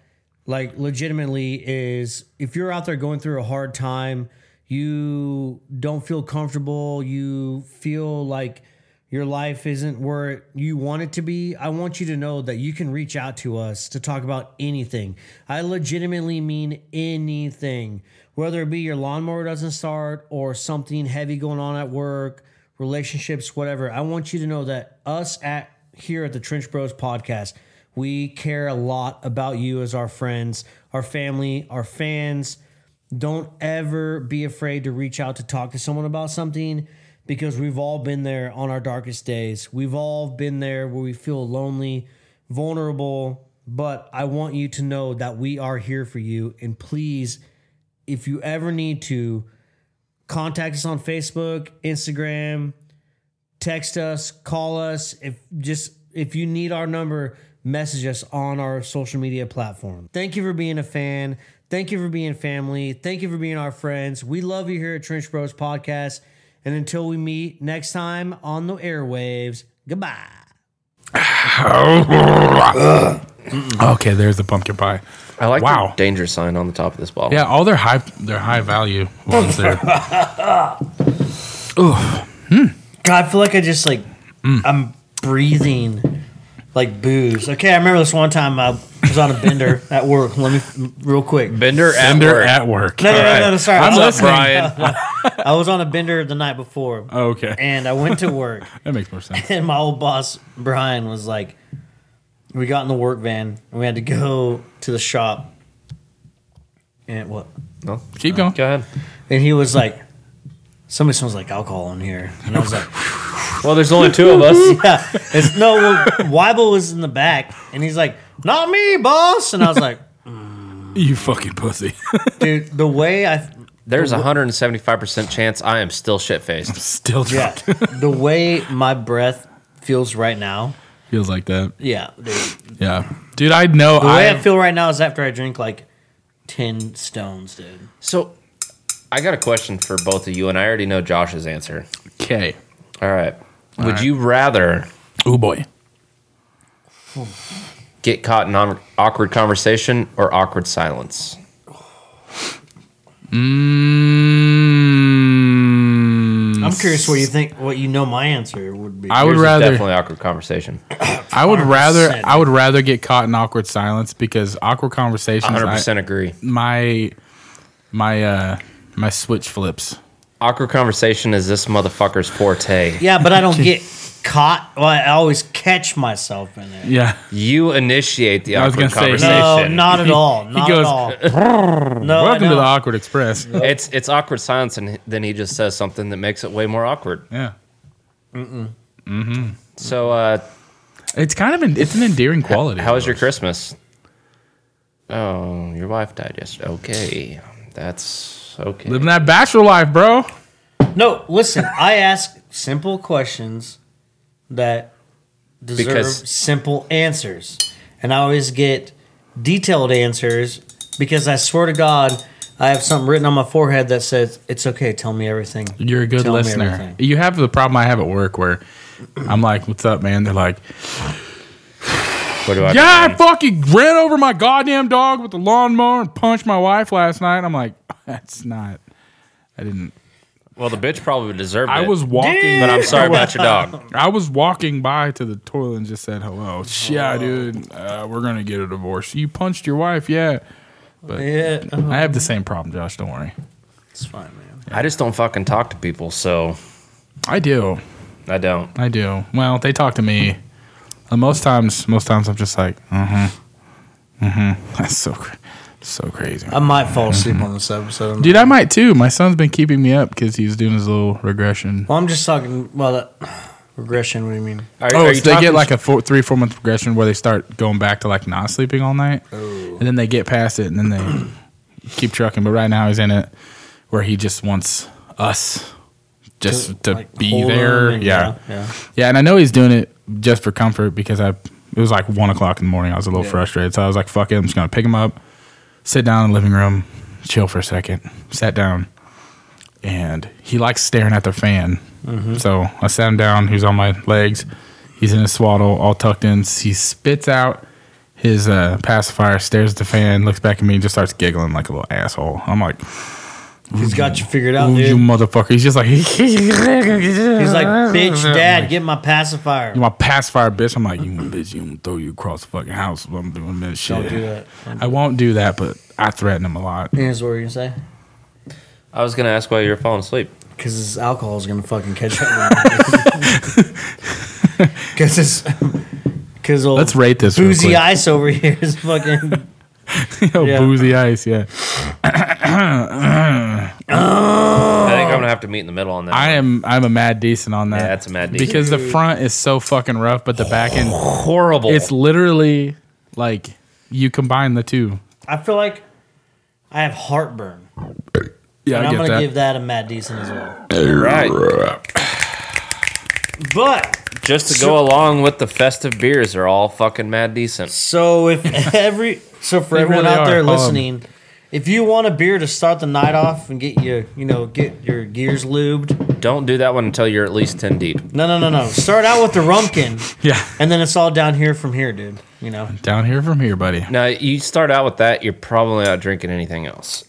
Speaker 2: like legitimately, is if you're out there going through a hard time, you don't feel comfortable, you feel like your life isn't where you want it to be, I want you to know that you can reach out to us to talk about anything. I legitimately mean anything, whether it be your lawnmower doesn't start or something heavy going on at work, relationships, whatever. I want you to know that us at here at the Trench Bros podcast, we care a lot about you as our friends, our family, our fans don't ever be afraid to reach out to talk to someone about something because we've all been there on our darkest days. We've all been there where we feel lonely, vulnerable, but I want you to know that we are here for you. And please, if you ever need to, contact us on Facebook, Instagram, text us, call us. If just if you need our number, message us on our social media platform. Thank you for being a fan. Thank you for being family. Thank you for being our friends. We love you here at Trench Bros Podcast. And until we meet next time on the airwaves, goodbye.
Speaker 1: Okay, there's the pumpkin pie.
Speaker 3: I like
Speaker 1: Wow.
Speaker 3: the danger sign on the top of this bottle.
Speaker 1: Yeah, all their high their high value ones there.
Speaker 2: God, I feel like I just like I'm breathing like booze. Okay, I remember this one time I was on a bender at work. Let me real quick.
Speaker 3: Bender at
Speaker 1: Bender
Speaker 3: work.
Speaker 1: at work.
Speaker 2: No, no, no, no, no, sorry.
Speaker 1: I'm
Speaker 2: I
Speaker 3: What's
Speaker 2: was,
Speaker 3: up, Brian? Oh.
Speaker 2: I was on a bender the night before,
Speaker 1: Oh, Okay,
Speaker 2: and I went to work.
Speaker 1: that makes more sense.
Speaker 2: and my old boss Brian was like, we got in the work van and we had to go to the shop, and what?
Speaker 3: no.
Speaker 1: Keep going.
Speaker 3: Oh. Go ahead.
Speaker 2: And he was like, "Somebody smells like alcohol in here," and I was like,
Speaker 3: Well, there's only two of us.
Speaker 2: "Yeah, it's no." Well, Weibel was in the back, and he's like, "Not me, boss," and I was like,
Speaker 1: You fucking pussy.
Speaker 2: "Dude, the way I."
Speaker 3: There's a 175% chance I am still shit faced.
Speaker 1: Still
Speaker 2: Yeah,
Speaker 1: dropped.
Speaker 2: the way my breath feels right now.
Speaker 1: Feels like that.
Speaker 2: Yeah, dude.
Speaker 1: Yeah, dude. I know.
Speaker 2: The way I,
Speaker 1: I
Speaker 2: feel right now is after I drink like ten stones, dude.
Speaker 3: So, I got a question for both of you, and I already know Josh's answer.
Speaker 1: okay.
Speaker 3: All right. Would you rather
Speaker 1: Oh boy.
Speaker 3: get caught in an awkward conversation or awkward silence?
Speaker 1: Mm,
Speaker 2: I'm curious what you think. What you know, my answer would be.
Speaker 1: I would
Speaker 3: Yours is
Speaker 1: rather.
Speaker 3: definitely awkward conversation.
Speaker 1: I would rather.
Speaker 2: 100%.
Speaker 1: I would rather get caught in awkward silence because awkward conversations. I-
Speaker 3: 100% agree.
Speaker 1: my my uh my switch flips.
Speaker 3: Awkward conversation is this motherfucker's forte.
Speaker 2: yeah, but I don't get caught. Well, I always catch myself in it.
Speaker 1: Yeah.
Speaker 3: You initiate the
Speaker 1: I was
Speaker 3: awkward
Speaker 1: gonna say-
Speaker 2: No,
Speaker 3: conversation.
Speaker 2: not at all.
Speaker 1: He
Speaker 2: Not
Speaker 1: goes,
Speaker 2: at all. No,
Speaker 1: Welcome
Speaker 2: I
Speaker 1: to the
Speaker 2: don't.
Speaker 1: awkward express.
Speaker 3: It's it's awkward silence, and then he just says something that makes it way more awkward.
Speaker 1: Yeah.
Speaker 3: So, uh,
Speaker 1: It's kind of an it's an endearing quality.
Speaker 3: how was your Christmas? Oh, your wife died yesterday. Okay, that's okay.
Speaker 1: living that bachelor life, bro?
Speaker 2: no, listen. I ask simple questions that deserve
Speaker 3: Because-
Speaker 2: simple answers, and I always get detailed answers because I swear to God, I have something written on my forehead that says, "It's okay. Tell me everything."
Speaker 1: You're a good
Speaker 2: Tell me
Speaker 1: listener.
Speaker 2: everything.
Speaker 1: You have the problem I have at work where I'm like, "What's up, man?" They're like,
Speaker 3: What do I?
Speaker 1: Yeah, I fucking ran over my goddamn dog with the lawnmower and punched my wife last night. I'm like, that's not. I didn't.
Speaker 3: Well, the bitch probably deserved it.
Speaker 1: I was walking,
Speaker 3: but I'm sorry about your dog.
Speaker 1: I was walking by to the toilet and just said hello.
Speaker 2: Oh.
Speaker 1: Yeah, dude, uh, we're gonna get a divorce. You punched your wife, yeah.
Speaker 2: Yeah, uh-huh.
Speaker 1: I have the same problem, Josh. Don't worry.
Speaker 2: it's fine, man.
Speaker 3: I just don't fucking talk to people, so
Speaker 1: I do.
Speaker 3: I don't.
Speaker 1: I do. Well, they talk to me. And most times, most times I'm just like, mm-hmm, mm-hmm. That's so, cra- so crazy.
Speaker 2: I might fall asleep on this episode.
Speaker 1: Dude, I might too. My son's been keeping me up because he's doing his little regression.
Speaker 2: Well, I'm just talking. Well, that regression. What do you mean?
Speaker 3: Are,
Speaker 1: Oh,
Speaker 3: are
Speaker 1: so they
Speaker 3: talking-
Speaker 1: get like a four, three, four month progression where they start going back to like not sleeping all night,
Speaker 2: Oh.
Speaker 1: and then they get past it, and then they keep trucking. But right now he's in it where he just wants us just to,
Speaker 2: Like,
Speaker 1: be
Speaker 2: hold
Speaker 1: there.
Speaker 2: on and-
Speaker 1: yeah.
Speaker 2: yeah.
Speaker 1: Yeah, and I know he's doing it just for comfort because I it was like one o'clock in the morning. I was a little
Speaker 2: Yeah.
Speaker 1: frustrated, so I was like, "Fuck it, I'm just gonna pick him up, sit down in the living room, chill for a second. Sat down, and he likes staring at the fan.
Speaker 2: Mm-hmm.
Speaker 1: So I sat him down. He's on my legs. He's in his swaddle, all tucked in. He spits out his uh, pacifier, stares at the fan, looks back at me, and just starts giggling like a little asshole. I'm like,
Speaker 2: He's got you figured out,
Speaker 1: "Ooh, you
Speaker 2: dude.
Speaker 1: motherfucker!" He's just like,
Speaker 2: He's
Speaker 1: he's
Speaker 2: like, bitch, dad, get my pacifier.
Speaker 1: my pacifier, bitch. I'm like, you bitch, you gonna throw you across the fucking house if I'm doing this shit.
Speaker 2: Don't do that.
Speaker 1: I won't do that, but I threaten him a lot.
Speaker 2: Here's what we're gonna say.
Speaker 3: I was gonna ask why you were falling asleep.
Speaker 2: Because this alcohol is gonna fucking catch up. Because this, because old
Speaker 1: Let's rate this real
Speaker 2: boozy
Speaker 1: quick.
Speaker 2: ice over here is fucking.
Speaker 1: Yo,
Speaker 2: Yeah.
Speaker 1: Boozy ice, yeah.
Speaker 3: I think I'm gonna have to meet in the middle on that.
Speaker 1: I am I'm a mad decent on that.
Speaker 3: Yeah, that's a mad decent.
Speaker 1: Because the front is so fucking rough, but the back end
Speaker 3: horrible.
Speaker 1: it's literally like you combine the two.
Speaker 2: I feel like I have heartburn,
Speaker 1: Yeah,
Speaker 2: and
Speaker 1: I
Speaker 2: I'm
Speaker 1: get
Speaker 2: gonna
Speaker 1: that.
Speaker 2: give that a Matt Decent as well.
Speaker 3: right.
Speaker 2: But
Speaker 3: Just to go along with the festive beers, are all fucking mad decent.
Speaker 2: so if every so for
Speaker 1: They
Speaker 2: everyone
Speaker 1: really
Speaker 2: out there
Speaker 1: are. Call 'em.
Speaker 2: listening, if you want a beer to start the night off and get you you know get your gears lubed,
Speaker 3: Don't do that one until you're at least ten deep.
Speaker 2: no no no no, start out with the Rumpkin.
Speaker 1: yeah.
Speaker 2: And then it's all down here from here, dude. You know,
Speaker 1: Down here from here, buddy.
Speaker 3: Now you start out with that, you're probably not drinking anything else.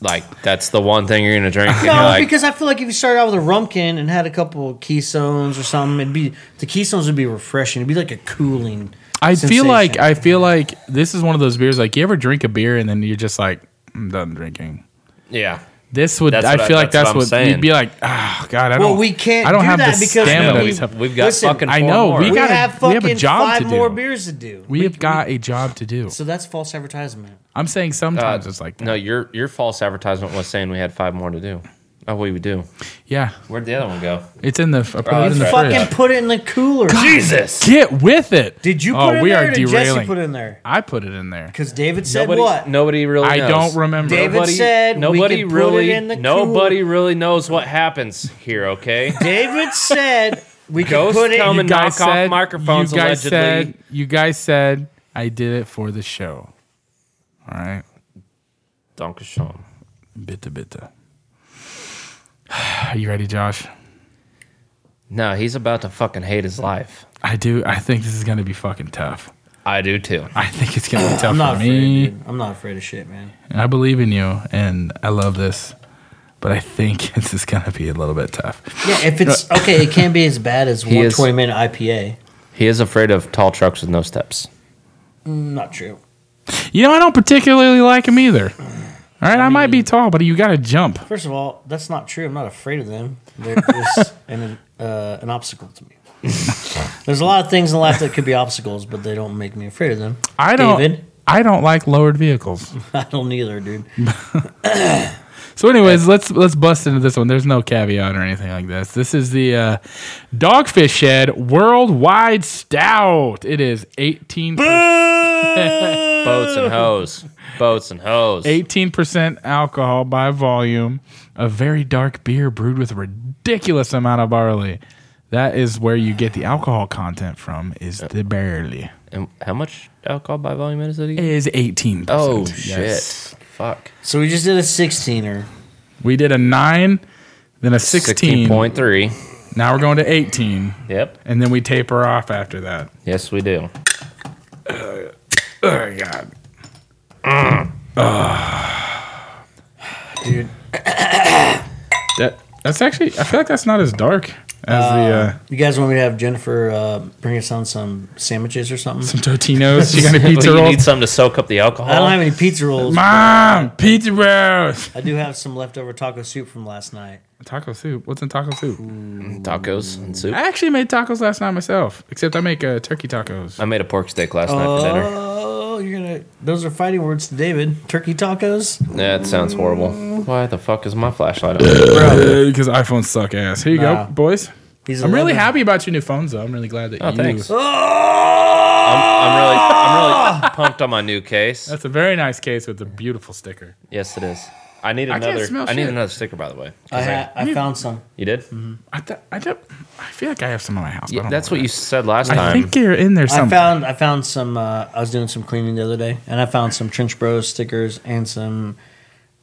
Speaker 3: Like that's the one thing you're gonna drink. and
Speaker 2: no,
Speaker 3: you're like,
Speaker 2: because I feel like if you started out with a rumpkin and had a couple of keystones or something, it'd be the keystones would be refreshing. It'd be like a cooling.
Speaker 1: I feel like
Speaker 2: sensation.
Speaker 1: I feel like this is one of those beers like you ever drink a beer and then you're just like, I'm done drinking.
Speaker 3: yeah,
Speaker 1: This would
Speaker 3: That's
Speaker 1: I
Speaker 3: what I-
Speaker 1: feel like that's
Speaker 3: that's what I'm
Speaker 1: what
Speaker 3: saying.
Speaker 1: you'd be like. Oh God, I don't.
Speaker 2: Well, we can't
Speaker 1: I don't
Speaker 2: do
Speaker 1: have
Speaker 2: that
Speaker 1: the
Speaker 2: because
Speaker 1: stamina.
Speaker 2: we-
Speaker 1: to have-
Speaker 3: we've got
Speaker 2: Listen,
Speaker 3: fucking.
Speaker 1: I
Speaker 3: four
Speaker 1: know,
Speaker 3: more.
Speaker 1: we
Speaker 2: we
Speaker 1: gotta-
Speaker 2: have
Speaker 1: we
Speaker 2: fucking
Speaker 1: have a job
Speaker 2: five
Speaker 1: to do.
Speaker 2: more beers to do.
Speaker 1: we have got a job to do.
Speaker 2: so that's false advertisement.
Speaker 1: I'm saying sometimes it's like that.
Speaker 3: No, your your false advertisement was saying we had five more to do. Oh, we would do.
Speaker 1: Yeah,
Speaker 3: Where'd the other one go?
Speaker 1: it's in the. I put
Speaker 3: Oh,
Speaker 1: it in the
Speaker 3: that's
Speaker 2: Fucking
Speaker 1: fridge.
Speaker 2: put it in the cooler.
Speaker 3: Jesus.
Speaker 1: Get with it.
Speaker 2: Did you put
Speaker 1: oh,
Speaker 2: it in
Speaker 1: we
Speaker 2: there?
Speaker 1: are
Speaker 2: or did Jesse
Speaker 1: derailing.
Speaker 2: put it in there?
Speaker 1: I put it in there.
Speaker 2: Because David said
Speaker 3: Nobody,
Speaker 2: what?
Speaker 3: nobody really.
Speaker 1: I
Speaker 3: knows.
Speaker 1: don't remember.
Speaker 2: David
Speaker 3: Nobody,
Speaker 2: said we
Speaker 3: nobody
Speaker 2: could put it
Speaker 3: really.
Speaker 2: in the
Speaker 3: nobody really knows what happens here. Okay.
Speaker 2: David said we could
Speaker 3: Ghost
Speaker 2: put it.
Speaker 3: coming
Speaker 2: In,
Speaker 3: to knock off microphones
Speaker 1: You guys
Speaker 3: allegedly.
Speaker 1: said. You guys said I did it for the show. All right,
Speaker 3: Donkey Sean.
Speaker 1: bitta bitta. Are you ready, Josh?
Speaker 3: No, he's about to fucking hate his life.
Speaker 1: I do. I think this is gonna be fucking tough.
Speaker 3: I do too.
Speaker 1: I think it's gonna be tough
Speaker 2: I'm not
Speaker 1: for
Speaker 2: afraid.
Speaker 1: me.
Speaker 2: dude. I'm not afraid of shit, man.
Speaker 1: I believe in you, and I love this, but I think this is gonna be a little bit tough.
Speaker 2: Yeah, if it's okay, it can't be as bad as
Speaker 3: He
Speaker 2: one
Speaker 3: is-
Speaker 2: twenty minute IPA.
Speaker 3: He is afraid of tall trucks with no steps.
Speaker 2: Not true.
Speaker 1: You know, I don't particularly like him either. All right, I, might be tall, but you got to jump.
Speaker 2: First of all, that's not true. I'm not afraid of them. They're just an, uh, an obstacle to me. There's a lot of things in life that could be obstacles, but they don't make me afraid of them.
Speaker 1: I don't.
Speaker 2: David,
Speaker 1: I don't like lowered vehicles.
Speaker 2: I don't either, dude.
Speaker 1: So, anyways, let's let's bust into this one. There's no caveat or anything like this. This is the uh, Dogfish Head Worldwide Stout. It is 18
Speaker 3: Boats and hoes. Boats and hoes.
Speaker 1: 18% alcohol by volume, a very dark beer brewed with a ridiculous amount of barley. That is where you get the alcohol content from is the barley.
Speaker 3: And how much alcohol by volume is it
Speaker 1: It
Speaker 3: again?
Speaker 1: is 18%.
Speaker 3: Oh
Speaker 1: Yes.
Speaker 3: shit! Fuck.
Speaker 2: So we just did a 16er.
Speaker 1: We did a 9, then a 16.
Speaker 3: Sixteen point three.
Speaker 1: Now we're going to 18,
Speaker 3: Yep.
Speaker 1: and then we taper off after that.
Speaker 3: Yes, we do.
Speaker 1: Oh god. Dude. that that's actually I feel like that's not as dark as the uh
Speaker 2: You guys want me to have Jennifer uh, bring us on some sandwiches or something?
Speaker 1: some Totinos. You got a
Speaker 3: Well,
Speaker 1: pizza
Speaker 3: you
Speaker 1: roll?
Speaker 3: need something to soak up the alcohol.
Speaker 2: I don't have any pizza rolls.
Speaker 1: Mom, pizza rolls.
Speaker 2: I do have some leftover taco soup from last night.
Speaker 1: Taco soup. What's in taco soup?
Speaker 3: tacos and soup.
Speaker 1: I actually made tacos last night myself. Except I make uh, turkey tacos.
Speaker 3: I made a pork steak last night for dinner.
Speaker 2: Oh, you're gonna. Those are fighting words to David. Turkey tacos.
Speaker 3: That sounds horrible. Why the fuck is my flashlight on?
Speaker 1: Because iPhones suck ass. Here you
Speaker 2: Nah.
Speaker 1: go, boys.
Speaker 2: He's
Speaker 1: I'm really
Speaker 2: 11.
Speaker 1: happy about your new phones, though. I'm really glad that
Speaker 3: Oh,
Speaker 1: you.
Speaker 3: thanks.
Speaker 2: Oh!
Speaker 3: I'm, I'm really, I'm really pumped on my new case.
Speaker 1: That's a very nice case with a beautiful sticker.
Speaker 3: Yes, it is. I need
Speaker 1: can't
Speaker 3: another.
Speaker 1: smell
Speaker 3: I, need
Speaker 1: shit.
Speaker 3: another sticker, by the way. 'Cause
Speaker 2: I,
Speaker 3: I-
Speaker 2: ha- I found some.
Speaker 3: you did?
Speaker 1: I, th- I, don't, I feel like I have some in my house. but I
Speaker 3: Yeah,
Speaker 1: don't
Speaker 3: that's
Speaker 1: know
Speaker 3: what you said last
Speaker 1: where. I
Speaker 3: time.
Speaker 1: think you're in there
Speaker 2: I
Speaker 1: somewhere.
Speaker 2: found I found some. Uh, I was doing some cleaning the other day, and I found some Trench Bros stickers and some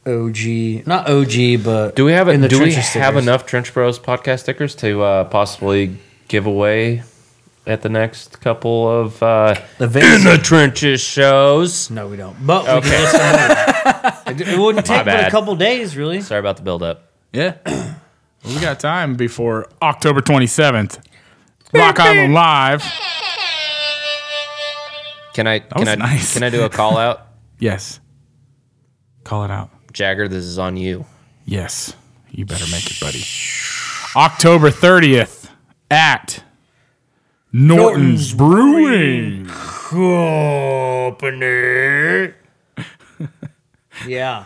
Speaker 2: OG, not OG, but
Speaker 3: Do we have
Speaker 2: in the
Speaker 3: a, Do we
Speaker 2: trenches
Speaker 3: have
Speaker 2: stickers.
Speaker 3: enough Trench Bros podcast stickers to uh, possibly give away at the next couple of uh,
Speaker 2: The Vegas-
Speaker 3: trenches shows?
Speaker 2: no, we don't. But we
Speaker 3: Okay.
Speaker 2: can get some more. It wouldn't
Speaker 3: My
Speaker 2: take but a
Speaker 3: bad.
Speaker 2: couple days, really.
Speaker 3: Sorry about the buildup.
Speaker 1: Yeah. Well, we got time before October 27th. Rock Island Live.
Speaker 3: Can I? Can
Speaker 1: was
Speaker 3: I?
Speaker 1: nice.
Speaker 3: Can I do a call out?
Speaker 1: Yes. Call it out.
Speaker 3: Jagger, this is on you.
Speaker 1: Yes. You better make it, buddy. October 30th at Norton's, Brewing.
Speaker 3: Company.
Speaker 2: Yeah.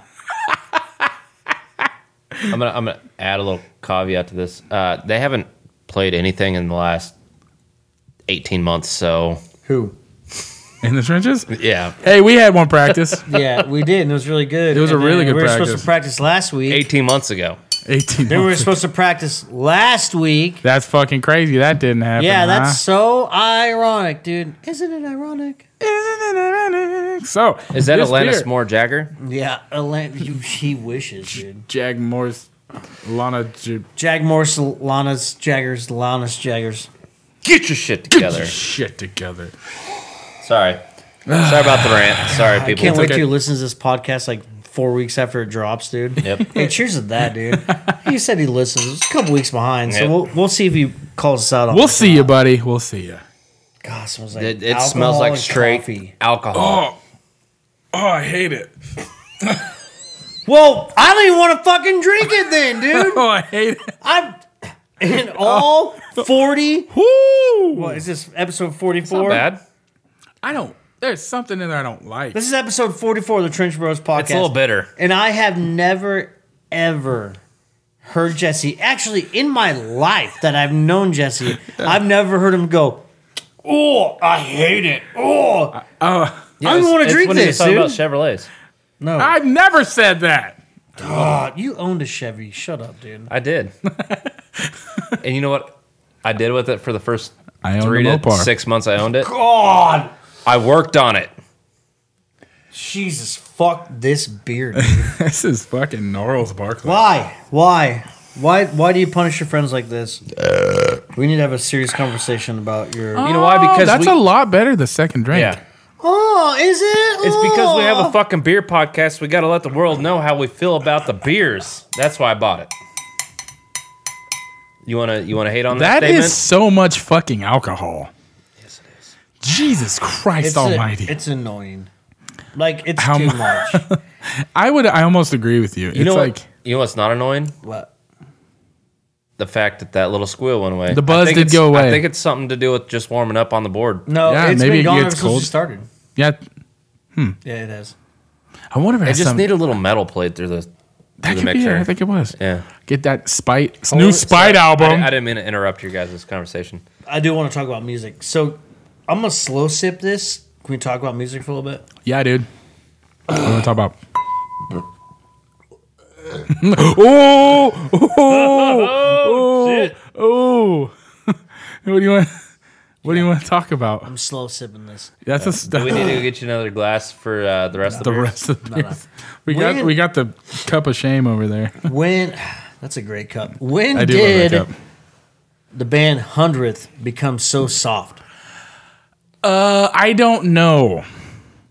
Speaker 3: I'm gonna I'm gonna add a little caveat to this. Uh, they haven't played anything in the last 18 months, so
Speaker 2: Who?
Speaker 1: In the trenches?
Speaker 3: yeah,
Speaker 1: Hey, we had one practice
Speaker 2: Yeah, we did, and it was really good. It
Speaker 1: was a really good
Speaker 2: We were supposed
Speaker 1: practice.
Speaker 2: to practice last week.
Speaker 3: 18 months ago.
Speaker 1: 18
Speaker 2: Then we were
Speaker 1: months.
Speaker 2: supposed to practice last week.
Speaker 1: That's fucking crazy. That didn't happen.
Speaker 2: Yeah,
Speaker 1: huh?
Speaker 2: that's so ironic, dude. Isn't it ironic?
Speaker 1: So
Speaker 3: Is that
Speaker 1: this
Speaker 3: Atlantis
Speaker 1: beer-
Speaker 3: Moore Jagger?
Speaker 2: Yeah, Atlanta, you, he wishes, dude.
Speaker 1: Jag Moore's Lana Ju-
Speaker 2: Jag Morse, Lana's Jaggers, Lana's Jaggers.
Speaker 3: Get your shit together.
Speaker 1: shit together.
Speaker 3: Sorry. Sorry about the rant. Sorry,
Speaker 2: I
Speaker 3: people.
Speaker 2: can't wait
Speaker 1: okay.
Speaker 2: to listen to this podcast like four weeks after it drops, dude.
Speaker 3: Yep.
Speaker 2: Hey, cheers to that, dude. He said he listens. It's a couple weeks behind, so
Speaker 3: Yep.
Speaker 2: we'll we'll see if he calls us out on.
Speaker 1: We'll
Speaker 2: this.
Speaker 1: see you, buddy. We'll see you.
Speaker 2: God, smells like
Speaker 3: It, it smells like straight
Speaker 2: Coffee.
Speaker 3: alcohol.
Speaker 1: Oh, oh, I hate it.
Speaker 2: Well, I don't even want to fucking drink it, then, dude.
Speaker 1: Oh, I hate it.
Speaker 2: I'm in all forty.
Speaker 1: Woo!
Speaker 2: What is this episode forty
Speaker 3: Not
Speaker 2: four?
Speaker 3: bad.
Speaker 1: I don't. There's something in there I don't like.
Speaker 2: This is episode 44 of the Trench Bros podcast.
Speaker 3: It's a little bitter.
Speaker 2: And I have never, ever heard Jesse, actually, in my life that I've known Jesse, I've never heard him go, Oh, I hate it. Oh,
Speaker 1: Oh,
Speaker 2: I don't want to drink
Speaker 3: when he
Speaker 2: this,
Speaker 3: was talking
Speaker 2: dude.
Speaker 3: about Chevrolets.
Speaker 2: no.
Speaker 1: I've never said that.
Speaker 2: God, "Ah, you owned a Chevy. Shut up, dude.
Speaker 3: I did. and you know what? I did with it for the first
Speaker 1: I owned
Speaker 3: three
Speaker 1: a
Speaker 3: to
Speaker 1: Mopar.
Speaker 3: six months I owned it.
Speaker 2: God.
Speaker 3: I worked on it.
Speaker 2: Jesus, fuck this beer, dude.
Speaker 1: This is fucking Gnarls Barkley.
Speaker 2: Why? Why? Why, why do you punish your friends like this? we need to have a serious conversation about your.
Speaker 3: You know why? Because
Speaker 1: Oh, that's
Speaker 3: we,
Speaker 1: a lot better the second drink.
Speaker 3: yeah.
Speaker 2: Oh, is it?
Speaker 3: It's because we have
Speaker 2: Oh.
Speaker 3: a fucking beer podcast. We got to let the world know how we feel about the beers. That's why I bought it. You wanna you wanna hate on that,
Speaker 1: That
Speaker 3: statement?
Speaker 1: is so much fucking alcohol.
Speaker 3: yes, it is.
Speaker 1: Jesus Christ
Speaker 2: a-
Speaker 1: Almighty!
Speaker 2: it's annoying. Like it's
Speaker 1: How
Speaker 2: too
Speaker 1: mu-
Speaker 2: much.
Speaker 1: I would. I almost agree with you.
Speaker 3: You
Speaker 1: it's
Speaker 3: know
Speaker 1: like
Speaker 3: what? You know what's not annoying?
Speaker 2: what?
Speaker 3: The fact that that little squeal went away.
Speaker 1: The
Speaker 3: I
Speaker 1: buzz
Speaker 3: think
Speaker 1: did
Speaker 3: it's-
Speaker 1: go away.
Speaker 3: I think it's something to do with just warming up on the board.
Speaker 2: No,
Speaker 1: Yeah,
Speaker 2: it's
Speaker 1: maybe it
Speaker 2: been gone
Speaker 1: gets
Speaker 2: ever since
Speaker 1: cold.
Speaker 2: we started.
Speaker 1: yeah.
Speaker 2: Yeah, it has.
Speaker 1: I wonder if
Speaker 3: I
Speaker 1: it has
Speaker 3: just
Speaker 1: something.
Speaker 3: need a little metal played through the through
Speaker 1: um, that
Speaker 3: the
Speaker 1: could be
Speaker 3: mixer.
Speaker 1: it. I think it was.
Speaker 3: yeah.
Speaker 1: Get that spite new
Speaker 3: So,
Speaker 1: spite
Speaker 3: I,
Speaker 1: album.
Speaker 3: I didn't mean to interrupt your guys' conversation.
Speaker 2: I do want to talk about music. So I'm gonna slow sip this. Can we talk about music for a little bit?
Speaker 1: Yeah, dude. What do we talk about? oh, oh, oh, oh. What do you want? What do you want to talk about?
Speaker 2: I'm slow sipping this.
Speaker 1: That's a, s-
Speaker 3: We need to get you another glass for uh, the rest of the
Speaker 1: the
Speaker 3: beers.
Speaker 1: rest of the
Speaker 2: no.
Speaker 1: beers. We
Speaker 2: When-
Speaker 1: got we got the cup of shame over there.
Speaker 2: When that's a great cup. When
Speaker 1: I do love
Speaker 2: did
Speaker 1: that cup.
Speaker 2: the band Hundredth become so soft?
Speaker 1: Uh, I don't know,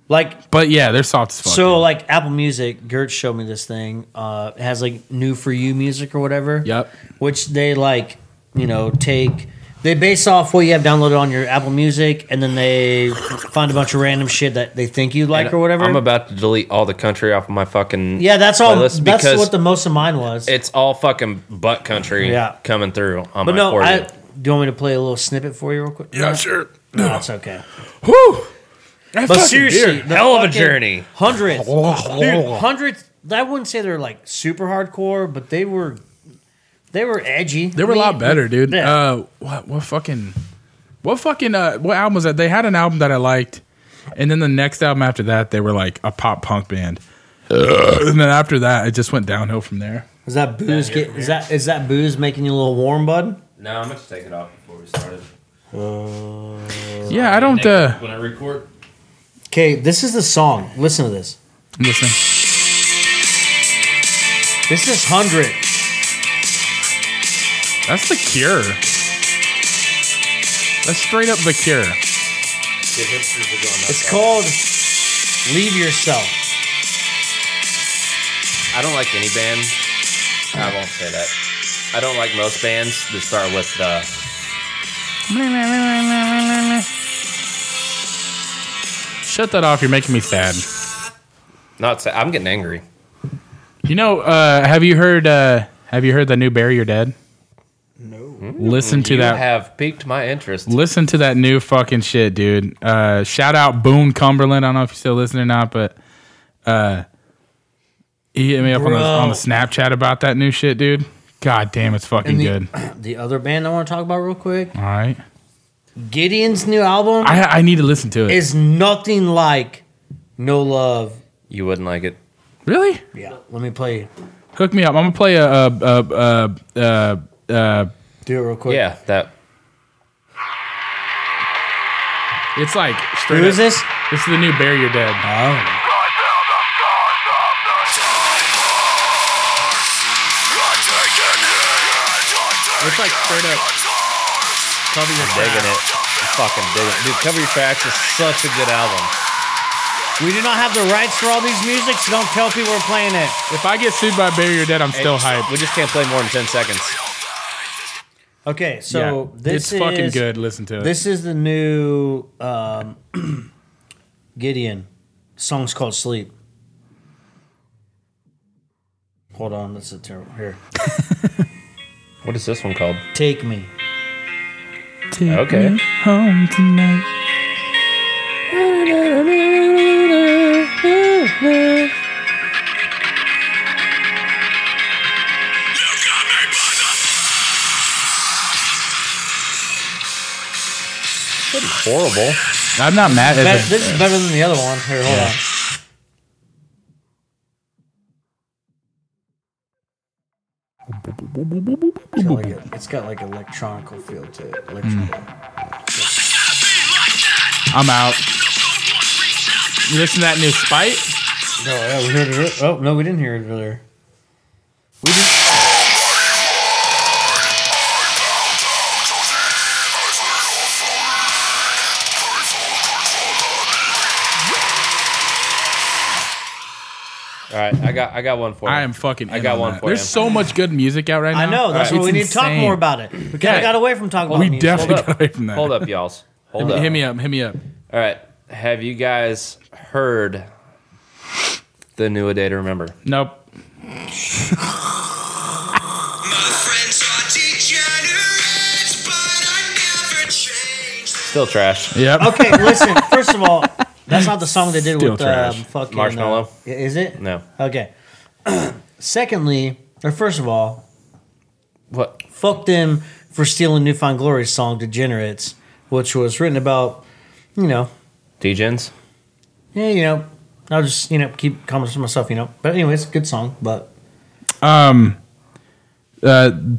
Speaker 2: Like
Speaker 1: but yeah, they're soft as fuck.
Speaker 2: so,
Speaker 1: dude.
Speaker 2: like Apple Music, Gert showed me this thing. Uh, it has like new for you music or whatever.
Speaker 1: Yep.
Speaker 2: Which they like, you know, take they base off what you have downloaded on your Apple Music, and then they find a bunch of random shit that they think you like
Speaker 3: And
Speaker 2: or whatever.
Speaker 3: I'm about to delete all the country off of my fucking
Speaker 2: yeah, that's all.
Speaker 3: playlist
Speaker 2: That's
Speaker 3: because
Speaker 2: what the most of mine was.
Speaker 3: it's all fucking butt country
Speaker 2: Yeah.
Speaker 3: coming through on
Speaker 2: but
Speaker 3: my
Speaker 2: no,
Speaker 3: for
Speaker 2: I,
Speaker 3: you.
Speaker 2: do you want me to play a little snippet for you real quick?
Speaker 1: yeah, sure.
Speaker 2: No, that's okay.
Speaker 1: Whew. That
Speaker 2: But
Speaker 1: fucking
Speaker 2: seriously,
Speaker 1: beer.
Speaker 2: the
Speaker 3: Hell of a
Speaker 2: fucking
Speaker 3: journey.
Speaker 2: Hundreds.
Speaker 1: Oh,
Speaker 2: Dude,
Speaker 1: oh.
Speaker 2: hundreds. I wouldn't say they're like super hardcore, but they were, they were edgy.
Speaker 1: They were a lot better, dude.
Speaker 2: Yeah.
Speaker 1: Uh, what what fucking what fucking uh, what album was that? They had an album that I liked, and then the next album after that, they were like a pop punk band. and then after that, it just went downhill from there.
Speaker 2: Is that booze?
Speaker 3: Yeah,
Speaker 2: Get, is that is that booze making you a little warm, bud?
Speaker 3: No, I'm gonna take it off before we started.
Speaker 1: Yeah, I don't. Uh,
Speaker 3: when I record.
Speaker 2: Okay, this is the song. Listen to this.
Speaker 1: listen,
Speaker 2: This is hundred.
Speaker 1: that's the Cure. That's straight up the Cure.
Speaker 2: It's called "Leave Yourself."
Speaker 3: I don't like any band. I won't say that. I don't like most bands that start with uh, the.
Speaker 1: Shut that off. You're making me sad.
Speaker 3: Not say, I'm getting angry.
Speaker 1: You know, uh, have you heard? Uh, have you heard the new "Bury Your Dead"? No. Listen to
Speaker 3: you
Speaker 1: that.
Speaker 3: have piqued my interest.
Speaker 1: Listen to that new fucking shit, dude. Uh, shout out Boone Cumberland. I don't know if you still listen or not, but uh, he hit me up on the,
Speaker 2: Bro.
Speaker 1: on the Snapchat about that new shit, dude. God damn, it's fucking
Speaker 2: And the-
Speaker 1: good.
Speaker 2: The other band I want to talk about real quick,
Speaker 1: All right,
Speaker 2: Gideon's new album
Speaker 1: I I need to listen to it.
Speaker 2: is nothing like "No Love."
Speaker 3: You wouldn't like it.
Speaker 1: really?
Speaker 2: Yeah, let me play.
Speaker 1: Hook me up. I'm gonna play a a a uh, a, a, a
Speaker 2: Do it real quick.
Speaker 3: Yeah, that.
Speaker 1: it's like straight
Speaker 2: Who is
Speaker 1: up-
Speaker 2: this?
Speaker 1: This is the new "Bury Your Dead."
Speaker 2: Oh,
Speaker 1: It's like straight up. Cover your
Speaker 3: Digging it. I'm fucking digging it. Dude, Cover Your Tracks is such a good album.
Speaker 2: we do not have the rights for all these music, so don't tell people we're playing it.
Speaker 1: If I get sued by "Bury Your Dead," I'm still hyped.
Speaker 3: We just can't play more than 10 seconds.
Speaker 2: Okay, so
Speaker 1: Yeah.
Speaker 2: this
Speaker 1: it's fucking
Speaker 2: is-
Speaker 1: good. Listen to it.
Speaker 2: This is the new um, Gideon. Song's called Sleep. Hold on, that's a terrible here.
Speaker 3: What is this one called?
Speaker 2: Take me.
Speaker 3: Okay.
Speaker 1: home tonight.
Speaker 3: Horrible.
Speaker 1: I'm not mad at
Speaker 2: Bet-
Speaker 1: the-
Speaker 2: this is better than the other one. Here, hold on. It's got, like a- it's got like electronical feel to it. Electrical.
Speaker 1: Mm. I'm out. You listen to that new Spite?
Speaker 2: No, yeah, we heard it. ear- Oh no, we didn't hear it earlier. We did.
Speaker 3: All right, I got I got one for you.
Speaker 1: I am fucking.
Speaker 3: I
Speaker 1: in
Speaker 3: got
Speaker 1: on
Speaker 3: one
Speaker 1: that.
Speaker 3: for
Speaker 1: There's
Speaker 3: you.
Speaker 1: so much good music out right now.
Speaker 2: I know. That's
Speaker 1: It's
Speaker 2: why we need to talk
Speaker 1: insane.
Speaker 2: more about it. We kind of
Speaker 1: Yeah.
Speaker 2: got away from talking about
Speaker 1: We
Speaker 2: music.
Speaker 1: definitely
Speaker 3: Hold up.
Speaker 1: got away from that.
Speaker 3: Hold up, y'alls. Hold up.
Speaker 1: Hit me up. Hit me up.
Speaker 3: All right. Have you guys heard the new A Day to Remember?
Speaker 1: Nope.
Speaker 4: My friends are degenerates, but I never change.
Speaker 3: Still trash.
Speaker 1: Yep.
Speaker 2: Okay, listen. First of all, that's not the song they did
Speaker 1: Still
Speaker 2: with um,
Speaker 1: trash.
Speaker 2: fucking uh,
Speaker 3: Marshmello?
Speaker 2: is it?
Speaker 3: No.
Speaker 2: Okay. Secondly, or first of all,
Speaker 3: What?
Speaker 2: fuck them for stealing Newfound Glory's song "Degenerates," which was written about, you know,
Speaker 3: Degens?
Speaker 2: yeah, you know. I'll just you know keep comments to myself, you know. But anyways, good song. But
Speaker 1: Uh,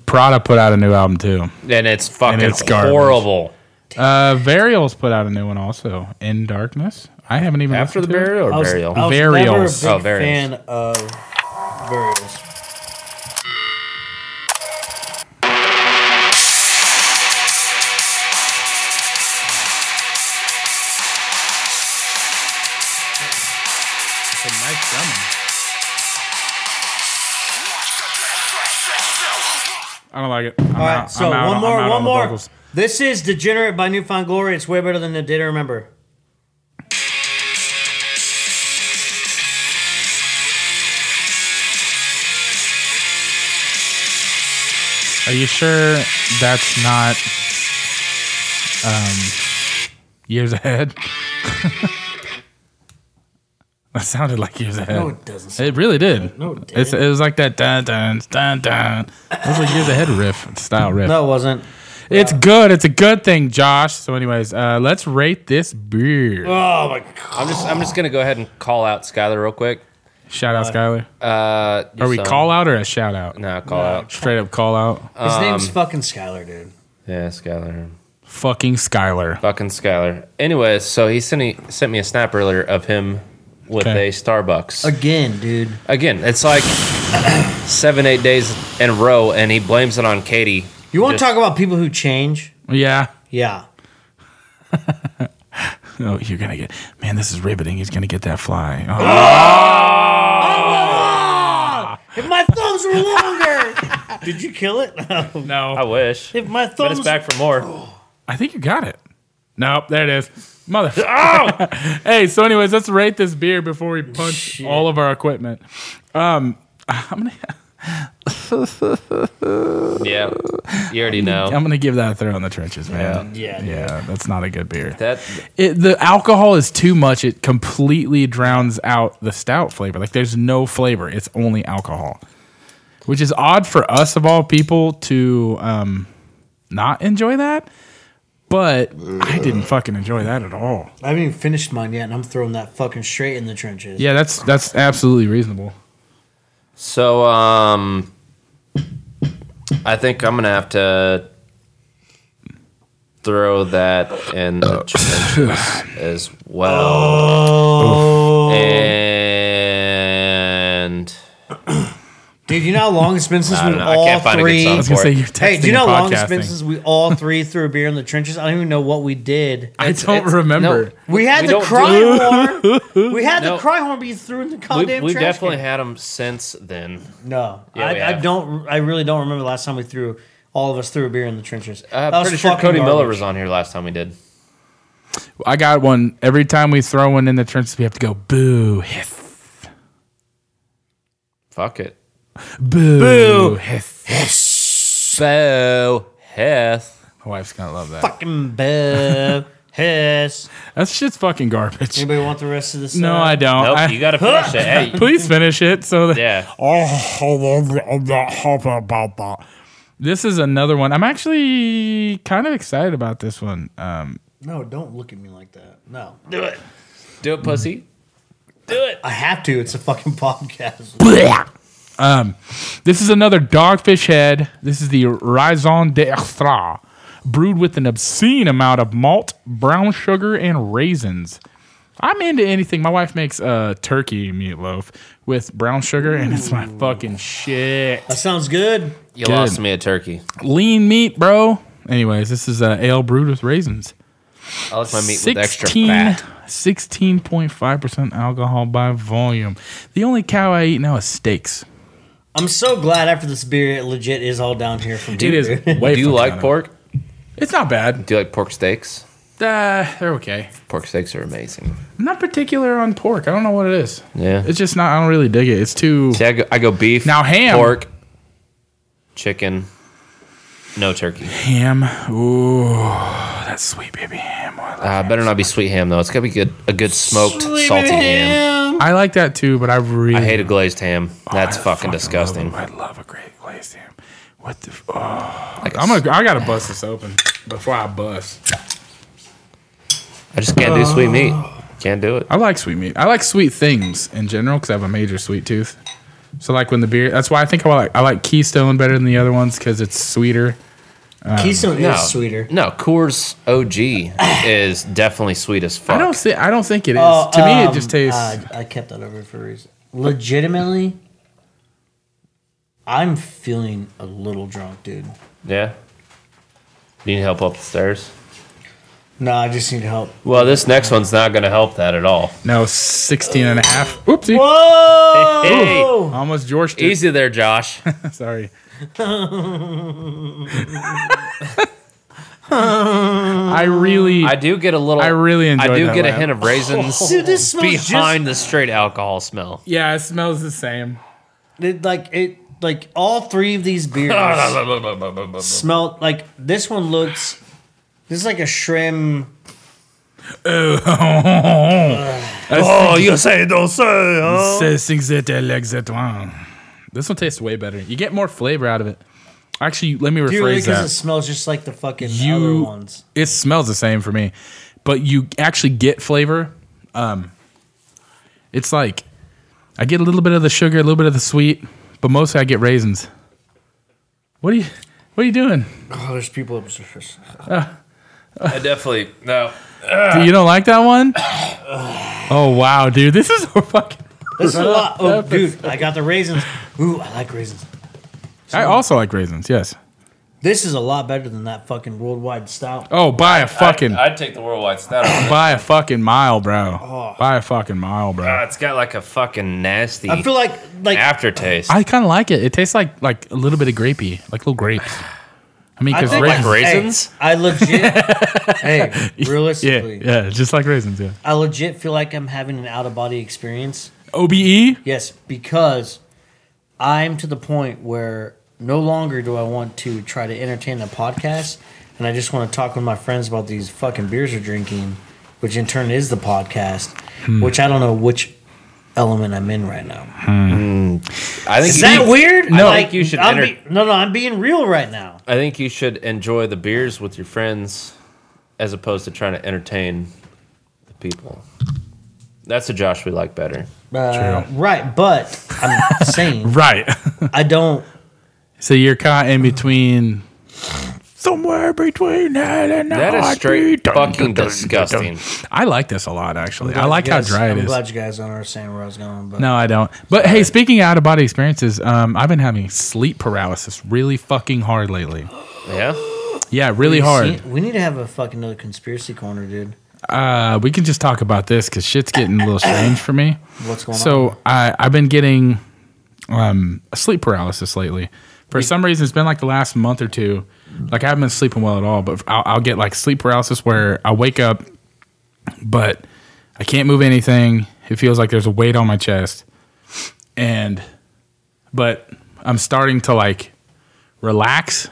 Speaker 1: Prada put out a new album too.
Speaker 3: And it's fucking
Speaker 1: it's garbage.
Speaker 3: horrible.
Speaker 1: Uh, Varials put out a new one also. In Darkness. I haven't even
Speaker 3: After the
Speaker 1: listened to it.
Speaker 3: burial or
Speaker 2: I was,
Speaker 3: burial?
Speaker 2: I was never a
Speaker 1: Varials.
Speaker 2: big
Speaker 3: Oh,
Speaker 2: fan
Speaker 3: Varials.
Speaker 2: of burials.
Speaker 1: I don't like it. I'm
Speaker 2: All right,
Speaker 1: out.
Speaker 2: so
Speaker 1: I'm out.
Speaker 2: one
Speaker 1: I'm
Speaker 2: more,
Speaker 1: out on
Speaker 2: one
Speaker 1: the
Speaker 2: more.
Speaker 1: vocals.
Speaker 2: This is Degenerate by Newfound Glory. It's way better than A Day to Remember.
Speaker 1: Are you sure that's not um, years ahead? that sounded like years ahead.
Speaker 2: No, it doesn't.
Speaker 1: It really did.
Speaker 2: No, it
Speaker 1: It's- it was like that dun dun dun dun. It was like years ahead riff style riff.
Speaker 2: No, it wasn't.
Speaker 1: It's good. It's a good thing, Josh. So, anyways, uh, let's rate this beer.
Speaker 2: Oh my god!
Speaker 3: I'm just I'm just gonna go ahead and call out Skylar real quick.
Speaker 1: shout out, Skyler.
Speaker 3: Uh, your
Speaker 1: Are we
Speaker 3: son.
Speaker 1: call out or a shout out?
Speaker 3: No, call out.
Speaker 1: Straight up call out.
Speaker 2: His
Speaker 3: Um,
Speaker 2: name's fucking Skylar, dude.
Speaker 3: Yeah, Skylar.
Speaker 1: Fucking Skyler.
Speaker 3: Fucking Skylar. Anyways, so he sent me sent me a snap earlier of him with
Speaker 1: Okay.
Speaker 3: a Starbucks.
Speaker 2: Again, dude.
Speaker 3: Again, it's like seven eight days in a row, and he blames it on Katie.
Speaker 2: You want to
Speaker 3: Just-
Speaker 2: talk about people who change?
Speaker 1: Yeah.
Speaker 2: Yeah.
Speaker 1: Oh, you're gonna get. Man, this is riveting. He's gonna get that fly. Oh,
Speaker 2: If my thumbs were longer, did you kill it?
Speaker 3: I
Speaker 1: no.
Speaker 3: wish.
Speaker 2: if my
Speaker 3: But it's
Speaker 2: thumbs,
Speaker 3: back for more.
Speaker 1: I think you got it. Nope. There it is. Mother.
Speaker 2: Oh!
Speaker 1: hey. So, anyways, let's rate this beer before we punch all of our equipment. Um, I'm gonna.
Speaker 3: Yeah, you already know
Speaker 1: I'm gonna give that a throw in the trenches, man.
Speaker 2: Oh. Yeah. Yeah, dude.
Speaker 1: Yeah. That's not a good beer.
Speaker 3: that.
Speaker 1: it, the alcohol is too much. It completely drowns out the stout flavor. Like there's no flavor. It's only alcohol, which is odd for us of all people to um, not enjoy that. But I didn't fucking enjoy that at all.
Speaker 2: I haven't even finished mine yet, and I'm throwing that fucking straight in the trenches.
Speaker 1: Yeah, that's that's absolutely reasonable.
Speaker 3: So um, I think I'm gonna have to throw that in
Speaker 1: Oh.
Speaker 3: the trenches as well.
Speaker 2: Oh,
Speaker 3: And
Speaker 2: dude, you know how long it's been since
Speaker 3: I
Speaker 2: we
Speaker 3: don't know. I
Speaker 2: all
Speaker 3: can't find a good
Speaker 2: three.
Speaker 1: I
Speaker 3: song.
Speaker 1: was gonna say you're texting
Speaker 2: Hey, do you know
Speaker 1: and
Speaker 2: how long it's been
Speaker 1: podcasting.
Speaker 2: since we all three threw a beer in the trenches? I don't even know what we did.
Speaker 1: I
Speaker 3: It's-
Speaker 1: don't
Speaker 3: it's-
Speaker 1: remember.
Speaker 3: no.
Speaker 2: We had
Speaker 3: We
Speaker 2: the
Speaker 3: don't
Speaker 2: cry horn. We had
Speaker 3: No.
Speaker 2: the cry horn, but you threw in the
Speaker 3: we,
Speaker 2: goddamn
Speaker 3: we've
Speaker 2: trench.
Speaker 3: definitely
Speaker 2: can.
Speaker 3: had them since then.
Speaker 2: No,
Speaker 3: Yeah, we
Speaker 2: I, I
Speaker 3: have.
Speaker 2: don't. I really don't remember the last time we threw all of us threw a beer in the trenches.
Speaker 3: Uh,
Speaker 2: That was
Speaker 3: pretty sure
Speaker 2: fucking
Speaker 3: Cody Miller
Speaker 2: garbage.
Speaker 3: was on here last time we did.
Speaker 1: I got one. Every time we throw one in the trenches, we have to go boo, hiss,
Speaker 3: Fuck it.
Speaker 1: boo, boo, hiss.
Speaker 3: So Heth.
Speaker 1: My wife's gonna love that.
Speaker 2: Fucking boo. Hiss.
Speaker 1: That shit's fucking garbage.
Speaker 2: Anybody want the rest of this?
Speaker 1: No, I don't.
Speaker 3: Nope,
Speaker 1: I,
Speaker 3: you gotta finish it. Hey,
Speaker 1: please finish it so that
Speaker 3: yeah.
Speaker 1: This is another one. I'm actually kind of excited about this one. Um,
Speaker 2: No, don't look at me like that. No,
Speaker 3: Do it. Do it, pussy.
Speaker 2: I have to. It's a fucking podcast.
Speaker 1: um, this is another Dogfish Head. This is the Raison d'Extra, brewed with an obscene amount of malt, brown sugar, and raisins. I'm into anything. My wife makes uh, turkey meatloaf with brown sugar, and it's my fucking shit.
Speaker 2: That sounds good.
Speaker 3: You
Speaker 1: Good.
Speaker 3: lost me a turkey.
Speaker 1: Lean meat, bro. Anyways, this is uh, ale brewed with raisins.
Speaker 3: I like my meat with extra fat.
Speaker 1: 16.5% alcohol by volume. The only cow I eat now is steaks.
Speaker 2: I'm so glad after this beer, it legit is all down here from
Speaker 1: It
Speaker 2: here.
Speaker 1: is way
Speaker 3: Do
Speaker 1: fucking
Speaker 3: you like
Speaker 1: better.
Speaker 3: pork?
Speaker 1: It's not bad.
Speaker 3: Do you like pork steaks?
Speaker 1: Uh, they're okay.
Speaker 3: Pork steaks are amazing.
Speaker 1: I'm not particular on pork. I don't know what it is.
Speaker 3: Yeah.
Speaker 1: It's just not, I don't really dig it. It's too.
Speaker 3: See, I go, I go beef.
Speaker 1: Now, ham.
Speaker 3: Pork. Chicken. No turkey.
Speaker 1: Ham. Ooh, that's sweet baby ham. I like-
Speaker 3: Uh, better not be sweet ham though. It's gotta be good. A good smoked, salty ham.
Speaker 1: I like that too, but I really.
Speaker 3: I hate a glazed ham. That's
Speaker 1: Oh, I
Speaker 3: fucking
Speaker 1: love
Speaker 3: disgusting.
Speaker 1: them. I love a great glazed ham. What the? f- Oh,
Speaker 3: Like a
Speaker 1: I'm gonna. I gotta bust this open before I bust.
Speaker 3: I just can't do sweet meat. Can't do it.
Speaker 1: I like sweet meat. I like sweet things in general because I have a major sweet tooth. So like when the beer. That's why I think I like I like Keystone better than the other ones because it's sweeter.
Speaker 2: Keystone is sweeter.
Speaker 3: No, Coors OG is definitely sweet as
Speaker 1: I
Speaker 3: fuck.
Speaker 1: don't think I don't think it is.
Speaker 2: Oh,
Speaker 1: to me, it
Speaker 2: um,
Speaker 1: just tastes.
Speaker 2: uh, I kept that over for a reason. Legitimately, I'm feeling a little drunk, dude.
Speaker 3: yeah. You need help up the stairs?
Speaker 2: No, I just need help.
Speaker 3: Well, this next one's not going to help that at all.
Speaker 1: no, 16 and a half. Oopsie.
Speaker 2: Whoa!
Speaker 3: Hey,
Speaker 1: Almost George.
Speaker 3: Easy there, Josh.
Speaker 1: Sorry. I really,
Speaker 3: I
Speaker 1: I,
Speaker 3: do get a little.
Speaker 1: really enjoy.
Speaker 3: I do
Speaker 1: that
Speaker 3: get a
Speaker 1: laugh.
Speaker 3: hint of raisins
Speaker 2: Dude, this
Speaker 3: Oh.
Speaker 2: smells just-
Speaker 3: behind the straight alcohol smell.
Speaker 1: Yeah, it smells the same.
Speaker 2: It, like it, like all three of these beers smelled like this one looks. This is like a shrimp.
Speaker 3: Oh, you say don't say. Huh?
Speaker 2: Oh.
Speaker 1: Says things that I like that one. This one tastes way better. You get more flavor out of it. Actually, let me rephrase
Speaker 2: Dude, because
Speaker 1: that.
Speaker 2: it smells just like the fucking
Speaker 1: You-
Speaker 2: other ones.
Speaker 1: it smells the same for me, but you actually get flavor. Um, it's like I get a little bit of the sugar, a little bit of the sweet, but mostly I get raisins. What are you? What are you doing?
Speaker 2: Oh, there's people upstairs.
Speaker 3: I definitely no.
Speaker 1: Dude, you don't like that one? Oh wow, dude, this is a fucking.
Speaker 2: This is a lot. Oh, dude, I got the raisins. Ooh, I like raisins.
Speaker 1: I also like raisins. Yes.
Speaker 2: This is a lot better than that fucking worldwide stout.
Speaker 1: Oh, buy a fucking,
Speaker 3: I'd take the worldwide stout. over that.
Speaker 1: buy a fucking mile, bro.
Speaker 2: Oh.
Speaker 1: Buy a fucking mile, bro.
Speaker 3: Ah, it's got like a fucking nasty
Speaker 2: I feel like like
Speaker 3: aftertaste.
Speaker 1: I kind of like it. It tastes like like a little bit of grapey, like little grapes. I mean,
Speaker 2: I
Speaker 1: because raisins.
Speaker 2: think-
Speaker 3: Like
Speaker 2: Hey,
Speaker 3: raisins?
Speaker 2: I legit. hey,
Speaker 1: yeah,
Speaker 2: realistically,
Speaker 1: yeah, just like raisins. Yeah.
Speaker 2: I legit feel like I'm having an out of body experience.
Speaker 1: OBE.
Speaker 2: Yes, because I'm to the point where no longer do I want to try to entertain the podcast, and I just want to talk with my friends about these fucking beers we're drinking, which in turn is the podcast,
Speaker 1: Hmm.
Speaker 2: which I don't know which element I'm in right now.
Speaker 3: I think
Speaker 2: Is
Speaker 3: you
Speaker 2: that
Speaker 3: should-
Speaker 2: weird?
Speaker 3: No. I think you should
Speaker 2: I'm
Speaker 3: enter-
Speaker 2: be- no, no, I'm being real right now.
Speaker 3: I think you should enjoy the beers with your friends as opposed to trying to entertain the people. That's a Josh we like better.
Speaker 2: Uh,
Speaker 1: True.
Speaker 2: right, but I'm saying
Speaker 1: Right.
Speaker 2: I don't.
Speaker 1: so you're caught in between. Somewhere between that and
Speaker 3: That is
Speaker 1: heartbeat.
Speaker 3: straight
Speaker 1: Dun,
Speaker 3: fucking
Speaker 1: dun, dun, dun,
Speaker 3: disgusting.
Speaker 1: dun. I like this a lot, actually. I like
Speaker 2: you
Speaker 1: how
Speaker 2: guys-
Speaker 1: dry it
Speaker 2: I'm
Speaker 1: is.
Speaker 2: glad you guys don't understand where I was going. But
Speaker 1: No, I don't. But hey, speaking of out of body experiences, um, I've been having sleep paralysis really fucking hard lately.
Speaker 3: Yeah?
Speaker 1: Yeah, really
Speaker 2: You
Speaker 1: hard.
Speaker 2: see, we need to have a fucking another conspiracy corner, dude.
Speaker 1: Uh, we can just talk about this because shit's getting a little strange for me.
Speaker 2: What's going on?
Speaker 1: So I, I've been getting um, sleep paralysis lately. For some reason, it's been like the last month or two. Like I haven't been sleeping well at all, but I'll, I'll get like sleep paralysis where I wake up, but I can't move anything. It feels like there's a weight on my chest, and but I'm starting to like relax,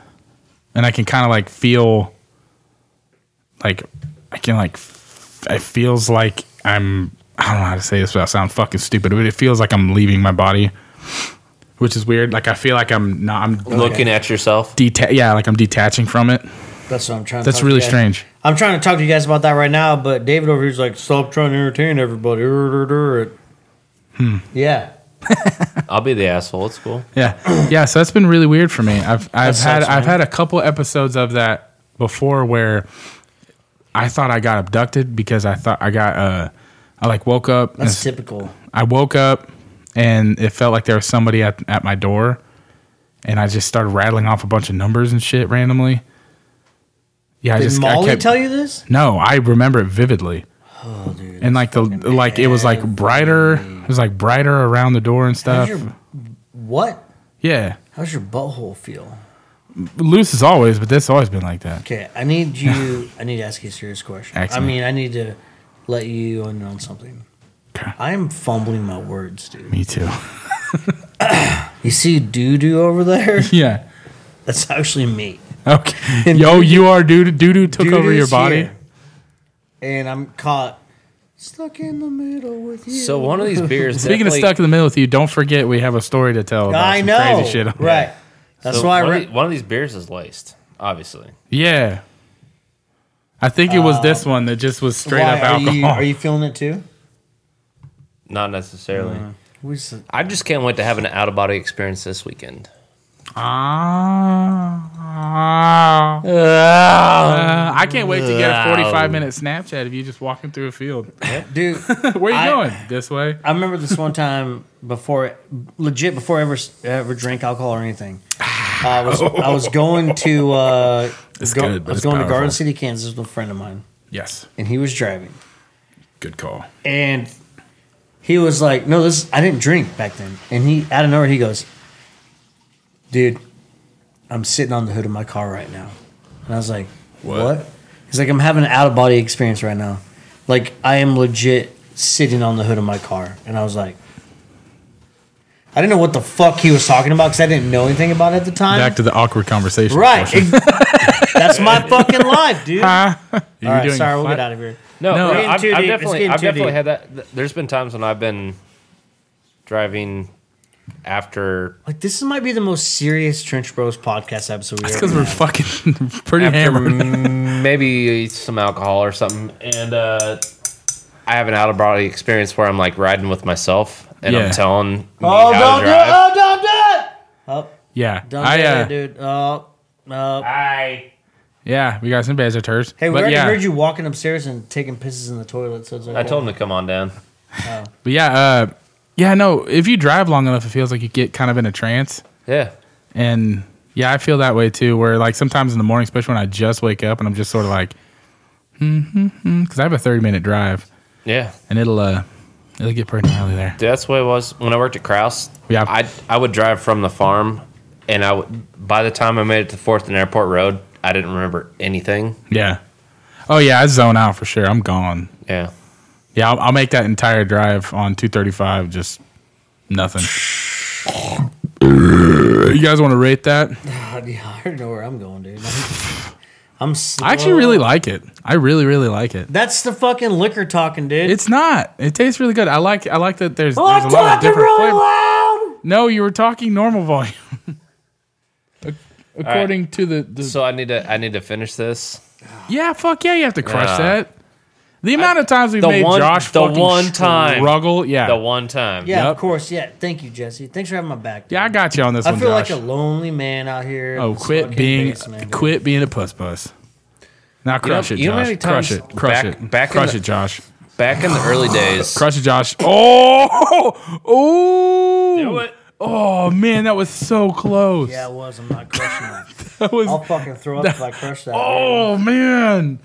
Speaker 1: and I can kind of like feel like I can like f- it feels like I'm I don't know how to say this without sound fucking stupid, but it feels like I'm leaving my body, which is weird. Like I feel like I'm not I'm
Speaker 3: Looking at yourself.
Speaker 1: deta- yeah, like I'm detaching from it.
Speaker 2: That's what I'm trying. to
Speaker 1: That's
Speaker 2: talk to
Speaker 1: really
Speaker 2: you guys-
Speaker 1: strange.
Speaker 2: I'm trying to talk to you guys about that right now, but David over here's like, stop trying to entertain everybody. Hmm. Yeah.
Speaker 3: I'll be the asshole. It's cool.
Speaker 1: Yeah, yeah. So that's been really weird for me. I've I've had
Speaker 2: sucks,
Speaker 1: I've
Speaker 2: man.
Speaker 1: had a couple episodes of that before where I thought I got abducted because I thought I got uh I like woke up and
Speaker 2: That's typical.
Speaker 1: I woke up and it felt like there was somebody at, at my door and I just started rattling off a bunch of numbers and shit randomly. Yeah, I
Speaker 2: Did
Speaker 1: just
Speaker 2: Molly
Speaker 1: I kept,
Speaker 2: tell you this?
Speaker 1: No, I remember it vividly.
Speaker 2: Oh, dude.
Speaker 1: And like the like it was like brighter it was like brighter around the door and
Speaker 2: How's
Speaker 1: stuff.
Speaker 2: your, what?
Speaker 1: yeah.
Speaker 2: How's your butthole feel?
Speaker 1: Loose as always, but that's always been like that.
Speaker 2: Okay, I need you. I need to ask you a serious question.
Speaker 1: Ask
Speaker 2: I
Speaker 1: me.
Speaker 2: mean, I need to let you in on something.
Speaker 1: Okay.
Speaker 2: I am fumbling my words, dude.
Speaker 1: Me too.
Speaker 2: You see doo doo over there?
Speaker 1: yeah.
Speaker 2: That's actually me.
Speaker 1: Okay.
Speaker 2: And
Speaker 1: Yo, you are doo doo doo took over
Speaker 2: Doo-doo's
Speaker 1: your body.
Speaker 2: here. and I'm caught stuck in the middle with you.
Speaker 3: So one of these beers.
Speaker 1: Speaking
Speaker 3: definitely-
Speaker 1: of stuck in the middle with you, don't forget we have a story to tell. About
Speaker 2: I
Speaker 1: some
Speaker 2: know,
Speaker 1: Crazy shit. on there.
Speaker 2: right? That's
Speaker 3: so
Speaker 2: why I
Speaker 3: one, of
Speaker 2: re-
Speaker 3: the- one of these beers is laced, obviously.
Speaker 1: Yeah. I think it was this one that just was straight
Speaker 2: why-
Speaker 1: up
Speaker 2: are
Speaker 1: alcohol.
Speaker 2: You, are you feeling it too?
Speaker 3: Not necessarily.
Speaker 2: We s-
Speaker 3: I just can't wait to have an out of body experience this weekend.
Speaker 1: Ah. Uh, I can't wait to get a 45 minute Snapchat of you just walking through a field.
Speaker 2: dude.
Speaker 1: Where you
Speaker 2: I-
Speaker 1: going? This way?
Speaker 2: I remember this one time before, legit before I ever ever drank alcohol or anything. I was I was going to uh,
Speaker 1: It's
Speaker 2: go-
Speaker 1: good, but
Speaker 2: I was
Speaker 1: it's
Speaker 2: going to
Speaker 1: powerful.
Speaker 2: Garden City, Kansas, with a friend of mine,
Speaker 1: Yes.
Speaker 2: and he was driving,
Speaker 1: Good call.
Speaker 2: and he was like, "No, this I didn't drink back then," and he out of nowhere he goes, "Dude, I'm sitting on the hood of my car right now. And I was like,
Speaker 1: What?
Speaker 2: what? He's like, I'm having an out of body experience right now. Like, I am legit sitting on the hood of my car. And I was like, I didn't know what the fuck he was talking about because I didn't know anything about it at the time.
Speaker 1: Back to the awkward conversation.
Speaker 2: right.
Speaker 1: portion.
Speaker 2: That's my fucking life, dude. All
Speaker 1: You're
Speaker 2: right,
Speaker 1: doing
Speaker 2: sorry, we'll
Speaker 1: fine.
Speaker 2: get out of here.
Speaker 3: No,
Speaker 1: No.
Speaker 3: no,
Speaker 1: It's getting
Speaker 2: too
Speaker 3: I've, I've
Speaker 2: deep. It's
Speaker 3: definitely,
Speaker 2: getting
Speaker 3: I've
Speaker 2: too
Speaker 3: definitely
Speaker 2: deep.
Speaker 3: had that. th- There's been times when I've been driving after
Speaker 2: Like, this might be the most serious Trench Bros podcast episode we've
Speaker 1: It's because
Speaker 2: ever
Speaker 1: we're
Speaker 2: had.
Speaker 1: fucking pretty
Speaker 3: after
Speaker 1: hammered.
Speaker 3: m- maybe some alcohol or something, and uh, I have an out of body experience where I'm like riding with myself and
Speaker 1: Yeah.
Speaker 3: I'm telling me
Speaker 2: Oh,
Speaker 3: how
Speaker 2: don't
Speaker 3: to
Speaker 2: do it!
Speaker 3: drive.
Speaker 2: Oh, don't do it! Oh,
Speaker 1: Yeah.
Speaker 2: don't
Speaker 1: I,
Speaker 2: do
Speaker 1: uh,
Speaker 2: it, dude. Oh, no.
Speaker 3: I
Speaker 1: Yeah, we got some bad turds.
Speaker 2: Hey, we
Speaker 1: but
Speaker 2: already
Speaker 1: yeah,
Speaker 2: heard you walking upstairs and taking pisses in the toilet, so it's oh, okay.
Speaker 3: I told him to come on down.
Speaker 1: But yeah, uh, yeah, no. If you drive long enough, it feels like you get kind of in a trance.
Speaker 3: Yeah.
Speaker 1: And yeah, I feel that way too. Where like sometimes in the morning, especially when I just wake up, and I'm just sort of like, hmm, because I have a 30 minute drive,
Speaker 3: Yeah.
Speaker 1: and it'll uh, it'll get pretty gnarly there.
Speaker 3: Dude, that's the way it was when I worked at Kraus.
Speaker 1: Yeah.
Speaker 3: I I would drive from the farm, and I would. By the time I made it to Fourth and Airport Road, I didn't remember anything.
Speaker 1: Yeah. Oh yeah, I zone out for sure. I'm gone.
Speaker 3: Yeah.
Speaker 1: Yeah, I'll, I'll make that entire drive on 235 just nothing. you guys want to rate that?
Speaker 2: God, yeah, I already know where I'm going, dude. I'm, I'm slow.
Speaker 1: I actually really like it. I really really like it.
Speaker 2: That's the fucking liquor talking, dude.
Speaker 1: It's not. It tastes really good. I like. I like that. There's,
Speaker 2: oh,
Speaker 1: there's
Speaker 2: I'm
Speaker 1: a lot of
Speaker 2: talking
Speaker 1: different
Speaker 2: really
Speaker 1: flavors.
Speaker 2: loud.
Speaker 1: No, you were talking normal volume. Ac- According to the, the
Speaker 3: So I need to I need to finish this.
Speaker 1: yeah, fuck yeah, you have to crush
Speaker 3: Yeah.
Speaker 1: that. The amount of times we've
Speaker 3: The
Speaker 1: made
Speaker 3: one-
Speaker 1: Josh
Speaker 3: the
Speaker 1: fucking
Speaker 3: one time.
Speaker 1: struggle, yeah,
Speaker 3: The one time.
Speaker 2: Yeah,
Speaker 1: Yep.
Speaker 2: of course. Yeah, thank you, Jesse. Thanks for having my back. dude.
Speaker 1: yeah, I got you on this
Speaker 2: I
Speaker 1: one,
Speaker 2: feel
Speaker 1: Josh.
Speaker 2: like a lonely man out here. in
Speaker 1: oh,
Speaker 2: this
Speaker 1: quit
Speaker 2: fucking
Speaker 1: being,
Speaker 2: basement, dude.
Speaker 1: quit being a puss puss. Now
Speaker 3: know-
Speaker 1: crush
Speaker 3: you know how
Speaker 1: it,
Speaker 3: many
Speaker 1: Josh. Crush
Speaker 3: times
Speaker 1: it, crush
Speaker 3: back-
Speaker 1: it,
Speaker 3: back in
Speaker 1: crush
Speaker 3: the-
Speaker 1: it, Josh.
Speaker 3: Back in the early days.
Speaker 1: Crush it, Josh. Oh, oh,
Speaker 3: Do it.
Speaker 1: oh man, that was so close.
Speaker 2: Yeah, it was. I'm not crushing it.
Speaker 1: that was
Speaker 2: I'll fucking throw up if I crush that.
Speaker 1: Oh man!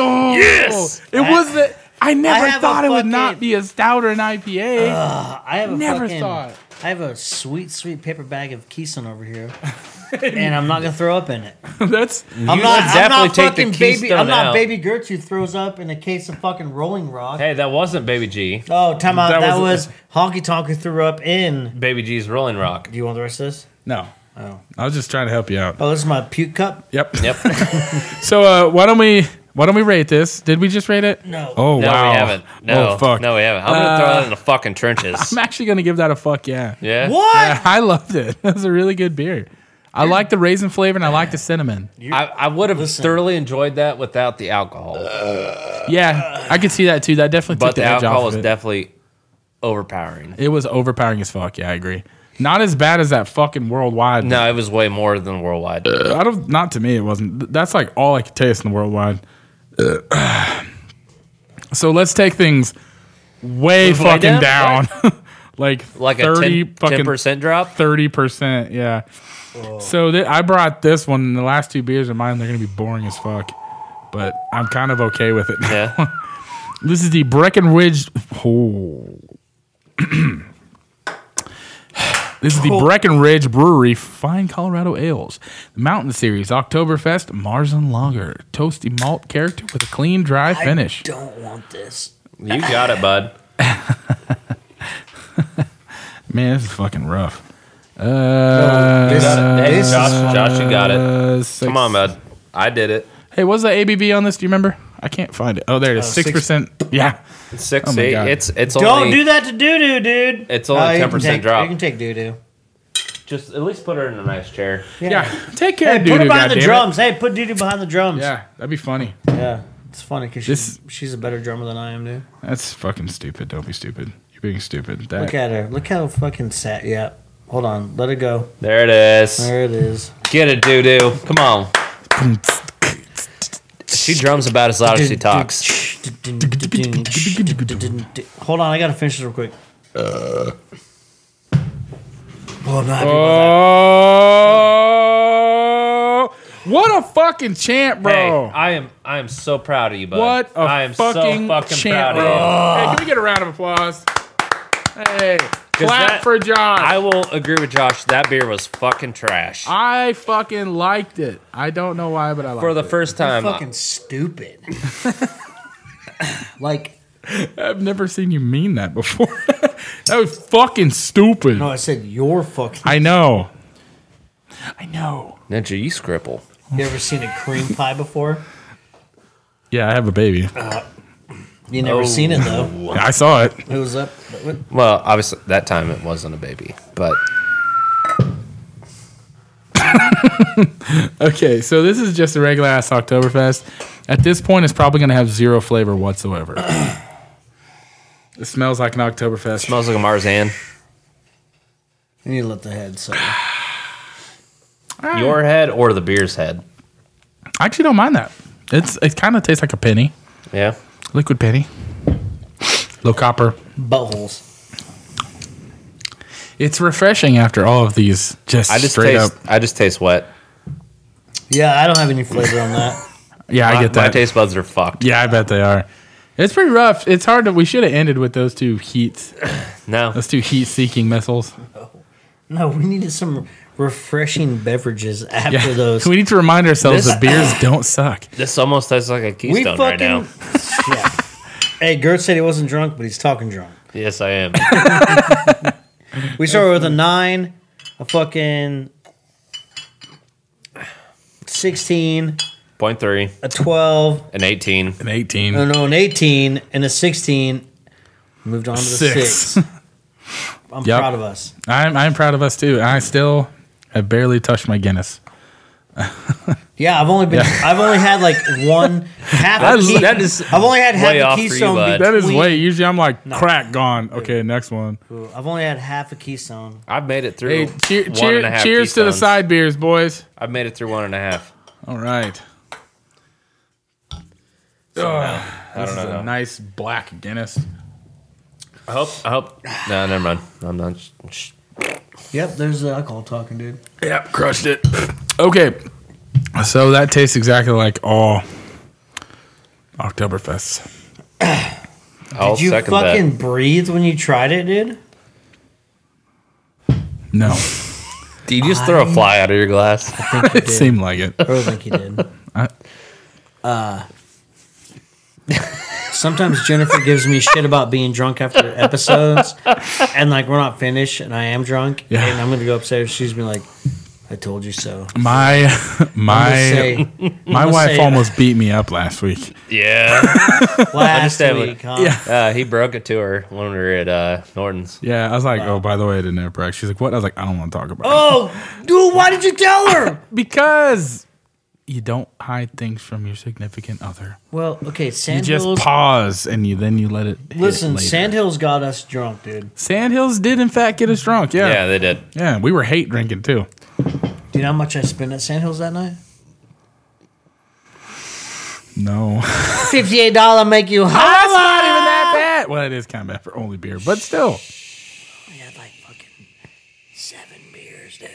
Speaker 1: Oh, yes, it was the. I never
Speaker 2: have a
Speaker 1: thought it would
Speaker 2: fucking-
Speaker 1: not be a stout or an IPA.
Speaker 2: I have a
Speaker 1: Never
Speaker 2: fucking,
Speaker 1: thought.
Speaker 2: I have a sweet, sweet paper bag of Keystone over here, and I'm not gonna throw up in it.
Speaker 1: That's
Speaker 2: I'm
Speaker 3: You
Speaker 2: not, I'm
Speaker 3: would
Speaker 2: not
Speaker 3: definitely take the
Speaker 2: fucking baby.
Speaker 3: Keystone
Speaker 2: I'm not
Speaker 3: out.
Speaker 2: baby Gertrude throws up in a case of fucking Rolling Rock.
Speaker 3: Hey, that wasn't Baby G.
Speaker 2: Oh, time out.
Speaker 1: That
Speaker 2: That,
Speaker 1: was-
Speaker 2: was, Honky Tonk who threw up in.
Speaker 3: Baby G's Rolling Rock.
Speaker 2: Do you want the rest of this?
Speaker 1: no.
Speaker 2: Oh,
Speaker 1: I was just trying to help you out.
Speaker 2: oh, this is my puke cup.
Speaker 1: Yep.
Speaker 3: Yep.
Speaker 1: So uh, why don't we why don't we rate this? Did we just rate it?
Speaker 2: No.
Speaker 1: Oh
Speaker 3: No,
Speaker 1: wow.
Speaker 3: we haven't. No,
Speaker 1: Oh fuck. Uh,
Speaker 3: no, we haven't. I'm gonna throw that in the fucking trenches.
Speaker 1: I'm actually gonna give that a fuck yeah.
Speaker 3: Yeah.
Speaker 2: What?
Speaker 1: Yeah, I loved it. That was a really good beer. I like the raisin flavor and I like the cinnamon.
Speaker 3: I, I would have thoroughly enjoyed that without the alcohol,
Speaker 1: Yeah, I could see that too. That definitely took
Speaker 3: but
Speaker 1: the,
Speaker 3: the
Speaker 1: edge
Speaker 3: alcohol
Speaker 1: off
Speaker 3: was
Speaker 1: of it.
Speaker 3: definitely overpowering.
Speaker 1: it was overpowering as fuck. Yeah, I agree. Not as bad as that fucking worldwide.
Speaker 3: No, it was way more than worldwide.
Speaker 1: I don't. Not to me, it wasn't. Th- That's like all I could taste in the worldwide. so let's take things way, fucking down,
Speaker 3: down?
Speaker 1: like
Speaker 3: like a
Speaker 1: 30
Speaker 3: 10,
Speaker 1: fucking
Speaker 3: 10% drop.
Speaker 1: thirty percent. Yeah. So th- I brought this one. and The last two beers of mine, they're gonna be boring as fuck, but I'm kind of okay with it.
Speaker 3: Yeah.
Speaker 1: This is the Breckenridge. Oh. this is the Breckenridge Brewery Fine Colorado Ales. The Mountain Series Oktoberfest Marzen Lager. Toasty malt character with a clean, dry finish.
Speaker 2: Don't want this.
Speaker 3: You got it, bud.
Speaker 1: Man, this is fucking rough.
Speaker 2: this,
Speaker 3: hey,
Speaker 2: this
Speaker 3: Josh,
Speaker 2: is-
Speaker 3: Josh, you got it.
Speaker 1: Uh, six-
Speaker 3: Come on, bud. I did it.
Speaker 1: Hey, what's the ABV on this? Do you remember? I can't find it. Oh, there it is.
Speaker 2: six-
Speaker 1: Six percent. Yeah.
Speaker 3: Six,
Speaker 1: Oh my
Speaker 3: eight.
Speaker 1: God.
Speaker 3: It's it's
Speaker 2: don't
Speaker 3: only
Speaker 2: do that to doo doo, dude.
Speaker 3: It's only
Speaker 2: Oh, you can
Speaker 3: 10%
Speaker 2: take-
Speaker 3: drop.
Speaker 2: You can take doo doo.
Speaker 3: just at least put her in a nice chair.
Speaker 1: Yeah. Take care,
Speaker 2: Hey,
Speaker 1: of
Speaker 2: put
Speaker 1: doo-doo,
Speaker 2: her behind the
Speaker 1: goddammit.
Speaker 2: drums. Hey, put doo doo behind the drums.
Speaker 1: Yeah, that'd be funny.
Speaker 2: Yeah. It's funny because she's, she's a better drummer than I am, dude.
Speaker 1: That's fucking stupid. Don't be stupid. You're being stupid. That,
Speaker 2: Look at her. Look how fucking sad. Yeah. Hold on. Let it go.
Speaker 3: There it is.
Speaker 2: There it is.
Speaker 3: Get it, doo doo. Come on. She drums about as loud as Oh, she talks.
Speaker 2: Hold on, I gotta finish this real quick. Oh, I'm not happy about
Speaker 1: Oh, what a fucking chant, bro!
Speaker 3: Hey, I am I am so proud of you, bud.
Speaker 1: what a
Speaker 3: I am
Speaker 1: fucking,
Speaker 3: so fucking
Speaker 1: chant,
Speaker 3: proud of you.
Speaker 1: bro! Hey, can we get a round of applause? Hey, Clap
Speaker 3: that-
Speaker 1: for Josh.
Speaker 3: I will agree with Josh. That beer was fucking trash.
Speaker 1: I fucking liked it. I don't know why, but I liked
Speaker 3: For the
Speaker 1: it.
Speaker 3: first time,
Speaker 2: fucking stupid. like,
Speaker 1: I've never seen you mean that before. that was fucking stupid.
Speaker 2: no, I said you're fucking.
Speaker 1: I know. I know.
Speaker 3: uh, Ninja, you scribble.
Speaker 2: You ever seen a cream pie before?
Speaker 1: Yeah, I have a baby.
Speaker 2: You never seen it though.
Speaker 1: I saw it.
Speaker 2: It was up.
Speaker 3: Well, obviously, that time it wasn't a baby, but
Speaker 1: Okay, so this is just a regular ass Oktoberfest. At this point, it's probably going to have zero flavor whatsoever. it smells like an Oktoberfest.
Speaker 3: smells like a Marzan.
Speaker 2: You need to let the head settle.
Speaker 1: Ah.
Speaker 3: Your head or the beer's head?
Speaker 1: I actually don't mind that. It's It kind of tastes like a penny,
Speaker 3: Yeah.
Speaker 1: liquid penny, low copper.
Speaker 2: Buttholes.
Speaker 1: It's refreshing after all of these. Just,
Speaker 3: I just
Speaker 1: straight
Speaker 3: taste.
Speaker 1: up.
Speaker 3: I just taste wet.
Speaker 2: Yeah, I don't have any flavor on that.
Speaker 1: Yeah, I
Speaker 3: My-
Speaker 1: get
Speaker 3: My
Speaker 1: that.
Speaker 3: taste buds are fucked.
Speaker 1: Yeah, I bet they are. It's pretty rough. It's hard to. We should have ended with those two heat,
Speaker 3: No.
Speaker 1: those two heat-seeking missiles.
Speaker 2: No, we needed some refreshing beverages after
Speaker 1: Yeah,
Speaker 2: those.
Speaker 1: we need to remind ourselves
Speaker 3: This-
Speaker 1: that beers don't suck.
Speaker 3: This almost tastes like a Keystone right now.
Speaker 2: yeah. Hey, Gert said he wasn't drunk, but he's talking drunk.
Speaker 3: Yes, I am.
Speaker 2: We started with a nine, a fucking sixteen,
Speaker 3: Point three,
Speaker 2: a twelve,
Speaker 3: an eighteen.
Speaker 1: An eighteen.
Speaker 2: no, no, an eighteen, and a sixteen. Moved on to the
Speaker 1: Six.
Speaker 2: six. I'm
Speaker 1: Yep.
Speaker 2: proud of us.
Speaker 1: I'm I'm proud of us too. I still have barely touched my Guinness.
Speaker 2: Yeah, I've only been. I've only had like one half.
Speaker 3: That
Speaker 2: a
Speaker 3: is-
Speaker 2: key,
Speaker 3: that is
Speaker 2: I've only had
Speaker 3: way
Speaker 2: half
Speaker 3: off
Speaker 2: a
Speaker 3: for you,
Speaker 2: keystone.
Speaker 3: bud.
Speaker 1: That is
Speaker 2: between-
Speaker 1: way. Usually I'm like crack gone. Okay, next one.
Speaker 2: I've only had half a keystone.
Speaker 3: I've made it
Speaker 1: Hey,
Speaker 3: through.
Speaker 1: cheer,
Speaker 3: one
Speaker 1: cheer-
Speaker 3: and a half
Speaker 1: cheers to the
Speaker 3: Keystones.
Speaker 1: side beers, boys.
Speaker 3: I've made it through one and a half.
Speaker 1: All right.
Speaker 3: I don't
Speaker 1: This is
Speaker 3: know.
Speaker 1: a nice black Guinness.
Speaker 3: I hope. I hope. No, never mind. I'm not. sh- sh-
Speaker 2: Yep, there's the alcohol talking, dude.
Speaker 1: Yep, crushed it. Okay, so that tastes exactly like all Oktoberfests.
Speaker 3: I'll
Speaker 2: Did you
Speaker 3: second
Speaker 2: fucking breathe when you tried it, dude?
Speaker 1: No,
Speaker 3: that. Did you just throw a fly out of your glass?
Speaker 1: it seemed like it.
Speaker 2: I don't think he did.
Speaker 1: I-
Speaker 2: Sometimes Jennifer gives me shit about being drunk after episodes, and like we're not finished, and I am drunk,
Speaker 1: Yeah.
Speaker 2: and I'm gonna go upstairs. She's been like, "I told you so."
Speaker 1: My
Speaker 2: I
Speaker 1: my
Speaker 2: say
Speaker 1: my
Speaker 2: gonna
Speaker 1: wife
Speaker 2: say-
Speaker 1: almost beat me up last week.
Speaker 3: yeah.
Speaker 2: last
Speaker 3: Understand what-
Speaker 2: week, huh?
Speaker 1: Yeah.
Speaker 3: Uh, he broke it to her when we were at uh, Norton's.
Speaker 1: Yeah, I was like, oh, by the way, I didn't have brag. She's like, what? I was like, I don't want to talk about it
Speaker 2: Oh, dude, why did you tell her?
Speaker 1: because you don't hide things from your significant other.
Speaker 2: Well, okay,
Speaker 1: You just
Speaker 2: Sandhills.
Speaker 1: pause and you then you let it. hit
Speaker 2: Listen,
Speaker 1: later.
Speaker 2: Sandhills got us drunk, dude.
Speaker 1: Sandhills did in fact get us drunk. Yeah,
Speaker 3: Yeah,
Speaker 1: yeah,
Speaker 3: they did.
Speaker 1: we were hate drinking too.
Speaker 2: Do you know how much I spent at Sandhills that night?
Speaker 1: No.
Speaker 2: Fifty-eight dollar make you
Speaker 1: Oh, That's
Speaker 2: hot.
Speaker 1: not even that bad. Well, it is kind of bad for only beer, but still.
Speaker 2: I had like fucking seven beers, dude.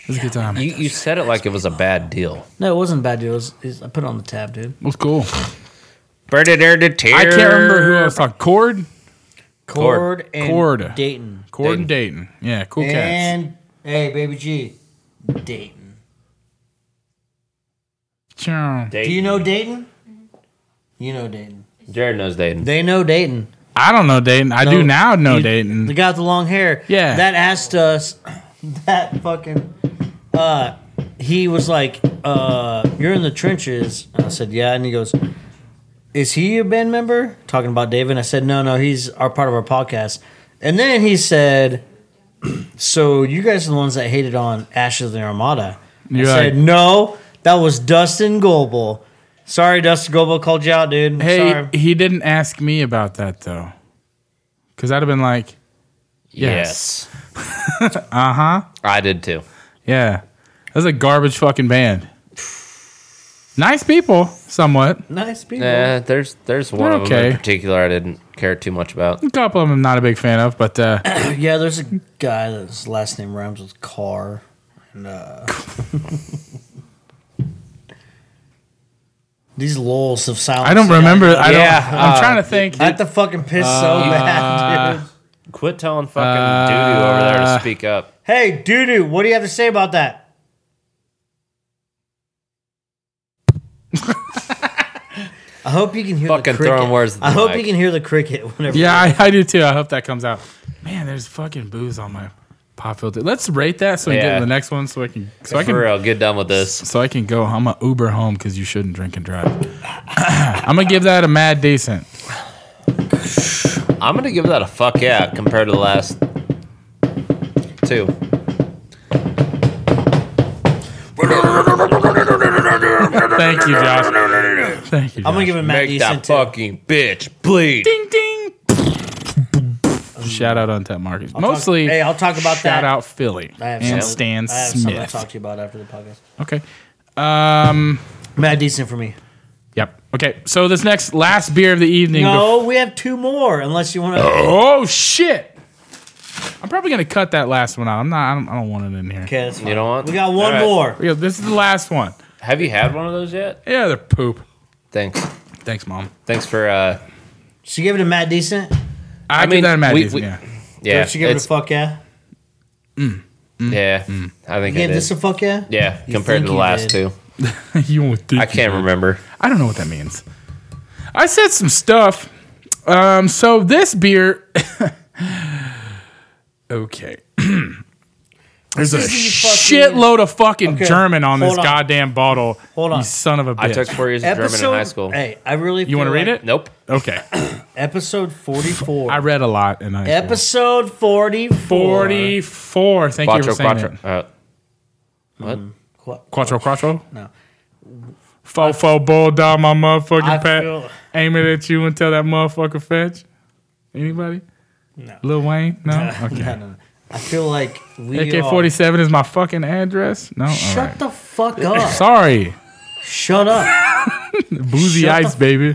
Speaker 1: It was a good time.
Speaker 3: You,
Speaker 1: It
Speaker 3: you said it like it was a bad deal.
Speaker 2: No, it wasn't a bad deal. It was, it was- I put it on the tab, dude.
Speaker 1: was cool.
Speaker 3: Bird it, bird it,
Speaker 1: I can't remember who I was talking. Cord,
Speaker 3: Cord.
Speaker 2: Cord and
Speaker 1: Cord.
Speaker 2: Dayton.
Speaker 1: Cord, and Dayton. Yeah, cool cats.
Speaker 2: And hey, baby G, Dayton.
Speaker 1: Chow.
Speaker 2: Do you know Dayton? You know Dayton.
Speaker 3: Jared knows Dayton.
Speaker 2: They know Dayton.
Speaker 1: I don't know Dayton. I do
Speaker 2: No,
Speaker 1: now know
Speaker 2: you-
Speaker 1: Dayton.
Speaker 2: The guy with the long hair.
Speaker 1: Yeah.
Speaker 2: That asked us. That fucking. Uh, he was like, uh, "You're in the trenches." And I said, "Yeah," and he goes, "Is he a band member?" Talking about David. And I said, "No, no, he's our part of our podcast." And then he said, "So you guys are the ones that hated on Ashes of the Armada?"
Speaker 1: You're
Speaker 2: I
Speaker 1: like-
Speaker 2: said, "No, that was Dustin Goebel." Sorry, Dustin Goebel called you out, dude. I'm
Speaker 1: Hey,
Speaker 2: sorry.
Speaker 1: he didn't ask me about that though, because I'd have been like,
Speaker 3: Yes. uh
Speaker 2: Uh-huh.
Speaker 3: huh. I did too.
Speaker 1: yeah, that's a garbage fucking band. Nice people, somewhat.
Speaker 2: nice people.
Speaker 3: Nah, Uh, there's there's one of them
Speaker 1: okay.
Speaker 3: in particular I didn't care too much about.
Speaker 1: A couple of them I'm not a big fan of, but uh,
Speaker 2: Yeah, there's a guy that's last name rhymes with car. And, uh, these lulls of silence.
Speaker 1: I don't remember. Uh, I don't.
Speaker 3: Yeah,
Speaker 1: I'm
Speaker 3: uh,
Speaker 1: trying to think.
Speaker 2: That the fucking piss so bad, dude.
Speaker 3: Quit telling fucking doo doo over there
Speaker 2: Uh,
Speaker 3: to speak up.
Speaker 2: Hey, doo doo, what do you have to say about that? I hope you can hear
Speaker 3: Fucking
Speaker 2: the cricket.
Speaker 3: throwing words at the
Speaker 2: I hope
Speaker 3: mic.
Speaker 2: you can hear the cricket whenever.
Speaker 1: Yeah, I, I do too. I hope that comes out. Man, there's fucking booze on my pop filter. Let's rate that so we can get
Speaker 3: Yeah.
Speaker 1: to the next one so I can so I
Speaker 3: For
Speaker 1: can
Speaker 3: real, get done with this.
Speaker 1: so I can go. I'm a Uber home because you shouldn't drink and drive. I'm gonna give that a mad decent.
Speaker 3: I'm gonna give that a fuck yeah compared to the last two.
Speaker 1: Thank you, Josh. Thank you.
Speaker 2: I'm gonna
Speaker 1: Josh.
Speaker 2: give him Matt
Speaker 3: Make
Speaker 2: Decent
Speaker 3: that
Speaker 2: too.
Speaker 3: fucking bitch bleed.
Speaker 1: ding ding. Shout out on Tap Markets.
Speaker 2: Talk-
Speaker 1: Mostly
Speaker 2: hey, I'll talk about
Speaker 1: shout
Speaker 2: that.
Speaker 1: out Philly
Speaker 2: I have
Speaker 1: and
Speaker 2: something-
Speaker 1: Stan
Speaker 2: I have something to
Speaker 1: Smith.
Speaker 2: talk to you about after the podcast.
Speaker 1: Okay. Um.
Speaker 2: Matt Decent for me.
Speaker 1: Yep. Okay. So this next last beer of the evening.
Speaker 2: No, we have two more. Unless you want to.
Speaker 1: Oh shit! I'm probably gonna cut that last one out. I'm not. I don't, I don't want it in here.
Speaker 2: Okay, that's fine.
Speaker 3: You know what?
Speaker 2: We got one
Speaker 3: All right.
Speaker 2: more.
Speaker 1: Yeah, this is the last one.
Speaker 3: Have you had one of those yet?
Speaker 1: Yeah, they're poop.
Speaker 3: Thanks.
Speaker 1: Thanks, mom.
Speaker 3: Thanks for uh
Speaker 2: She gave it to Matt Decent.
Speaker 1: I,
Speaker 3: I
Speaker 1: give
Speaker 3: mean,
Speaker 1: that a Matt
Speaker 3: we-
Speaker 1: Decent,
Speaker 3: we-
Speaker 1: yeah.
Speaker 3: yeah.
Speaker 2: she gave it a
Speaker 3: it's-
Speaker 2: fuck yeah.
Speaker 3: yeah. I think I
Speaker 2: Gave
Speaker 3: did.
Speaker 2: this a fuck yeah.
Speaker 3: yeah,
Speaker 2: You think
Speaker 3: compared to the
Speaker 2: you
Speaker 3: last
Speaker 2: did.
Speaker 3: two.
Speaker 1: you would think
Speaker 3: I
Speaker 1: you
Speaker 3: can't
Speaker 1: did.
Speaker 3: remember.
Speaker 1: I don't know what that means. I said some stuff. Um, so this beer. okay. There's a
Speaker 2: This is fucking-
Speaker 1: shitload of fucking
Speaker 2: Okay,
Speaker 1: German on this
Speaker 2: hold on.
Speaker 1: goddamn bottle.
Speaker 2: Hold on.
Speaker 1: You son of a bitch.
Speaker 3: I took four years of
Speaker 2: Episode.
Speaker 3: German in high school.
Speaker 2: Hey, I really.
Speaker 1: you want to
Speaker 2: feel
Speaker 1: read
Speaker 2: like
Speaker 1: it?
Speaker 3: Nope.
Speaker 1: Okay.
Speaker 2: Episode forty-four.
Speaker 1: I read a lot in high school.
Speaker 2: Episode forty-four.
Speaker 1: 44. Thank you
Speaker 3: Quattro
Speaker 1: for saying
Speaker 3: quattro.
Speaker 1: it.
Speaker 3: Uh, what?
Speaker 2: Qu-
Speaker 1: Quattro, quattro?
Speaker 2: No.
Speaker 1: Fofo bull down my motherfucking
Speaker 2: I
Speaker 1: pat.
Speaker 2: feel-
Speaker 1: Aim it at you until that motherfucker fetch. Anybody?
Speaker 2: No.
Speaker 1: Lil Wayne? No? okay.
Speaker 2: No, no, no. I feel like we
Speaker 1: AK
Speaker 2: are-
Speaker 1: forty seven is my fucking address. No,
Speaker 2: Shut
Speaker 1: All right.
Speaker 2: the fuck up.
Speaker 1: sorry,
Speaker 2: Shut up.
Speaker 1: boozy
Speaker 2: Shut the
Speaker 1: ice, baby.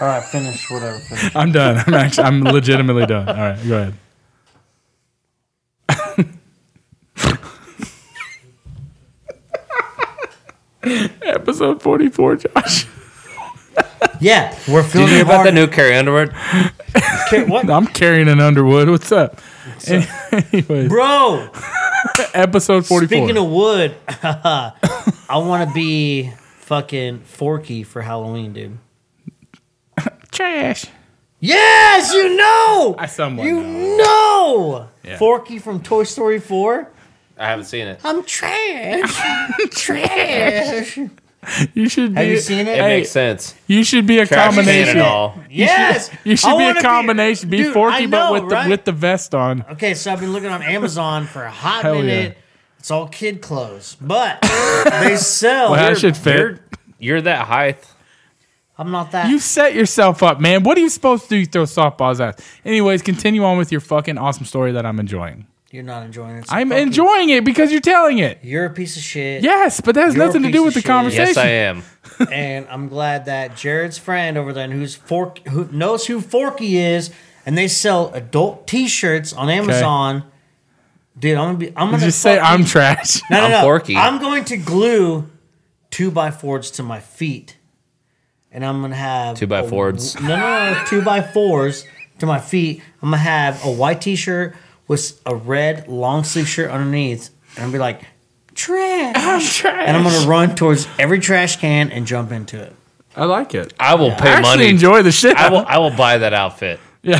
Speaker 2: All right, finish whatever. Finish.
Speaker 1: I'm done. I'm actually, I'm legitimately done. All right, go ahead. Episode forty four, Josh.
Speaker 2: Yeah, we're
Speaker 3: Did
Speaker 2: feeling
Speaker 3: you hear about
Speaker 2: hard.
Speaker 3: the new Carrie Underwood?
Speaker 2: Okay, what?
Speaker 1: I'm carrying an Underwood. What's up? Anyways,
Speaker 2: Bro,
Speaker 1: episode forty four.
Speaker 2: speaking of wood, I want to be fucking Forky for Halloween, dude.
Speaker 1: trash.
Speaker 2: Yes, you know.
Speaker 1: I somewhat
Speaker 2: You
Speaker 1: know.
Speaker 2: know.
Speaker 1: Yeah.
Speaker 2: Forky from Toy Story 4.
Speaker 3: I haven't seen it.
Speaker 2: I'm trash. trash.
Speaker 1: You should be.
Speaker 2: Have you seen
Speaker 3: It
Speaker 2: it?
Speaker 1: Hey,
Speaker 3: makes sense.
Speaker 1: you should be a
Speaker 3: Trash can
Speaker 1: combination.
Speaker 3: and all.
Speaker 2: Yes.
Speaker 1: You
Speaker 2: I
Speaker 1: should be
Speaker 2: wanna
Speaker 1: a combination. Be,
Speaker 2: Dude,
Speaker 1: Forky,
Speaker 2: I
Speaker 1: but
Speaker 2: know,
Speaker 1: with
Speaker 2: right?
Speaker 1: the with the vest on.
Speaker 2: Okay, so I've been looking on Amazon for a hot
Speaker 1: Hell yeah.
Speaker 2: minute. It's all kid clothes, but they sell.
Speaker 1: Well, I
Speaker 2: You're-
Speaker 1: should fit.
Speaker 3: You're, you're that height.
Speaker 2: I'm not that.
Speaker 1: You set yourself up, man. What are you supposed to do? You throw softballs at. Anyways, continue on with your fucking awesome story that I'm enjoying.
Speaker 2: You're not enjoying it. so
Speaker 1: I'm
Speaker 2: fuck you.
Speaker 1: enjoying it because you're telling it.
Speaker 2: You're a piece of shit.
Speaker 1: Yes, but that has
Speaker 2: You're a
Speaker 1: nothing to
Speaker 2: piece
Speaker 1: do
Speaker 2: of
Speaker 1: with the
Speaker 2: shit.
Speaker 1: conversation.
Speaker 3: Yes, I am.
Speaker 2: and I'm glad that Jared's friend over there, who's fork, who knows who Forky is, and they sell adult T-shirts on Amazon. Dude, I'm gonna be. I'm gonna
Speaker 1: Just say
Speaker 2: fucking-
Speaker 1: I'm trash.
Speaker 2: No, no,
Speaker 3: I'm
Speaker 2: no.
Speaker 3: Forky.
Speaker 2: I'm going to glue two by fours to my feet, and I'm gonna have
Speaker 3: Two by
Speaker 2: a-
Speaker 3: fours.
Speaker 2: No, no, no, two by fours to my feet. I'm gonna have a white T-shirt with a red long sleeve shirt underneath, and I'm gonna be like trash,
Speaker 1: I'm trash.
Speaker 2: and I'm gonna run towards every trash can and jump into it.
Speaker 1: I like it.
Speaker 3: I will
Speaker 1: I
Speaker 3: pay
Speaker 1: actually
Speaker 3: money.
Speaker 1: enjoy the shit.
Speaker 3: I will. I will buy that outfit
Speaker 1: yeah,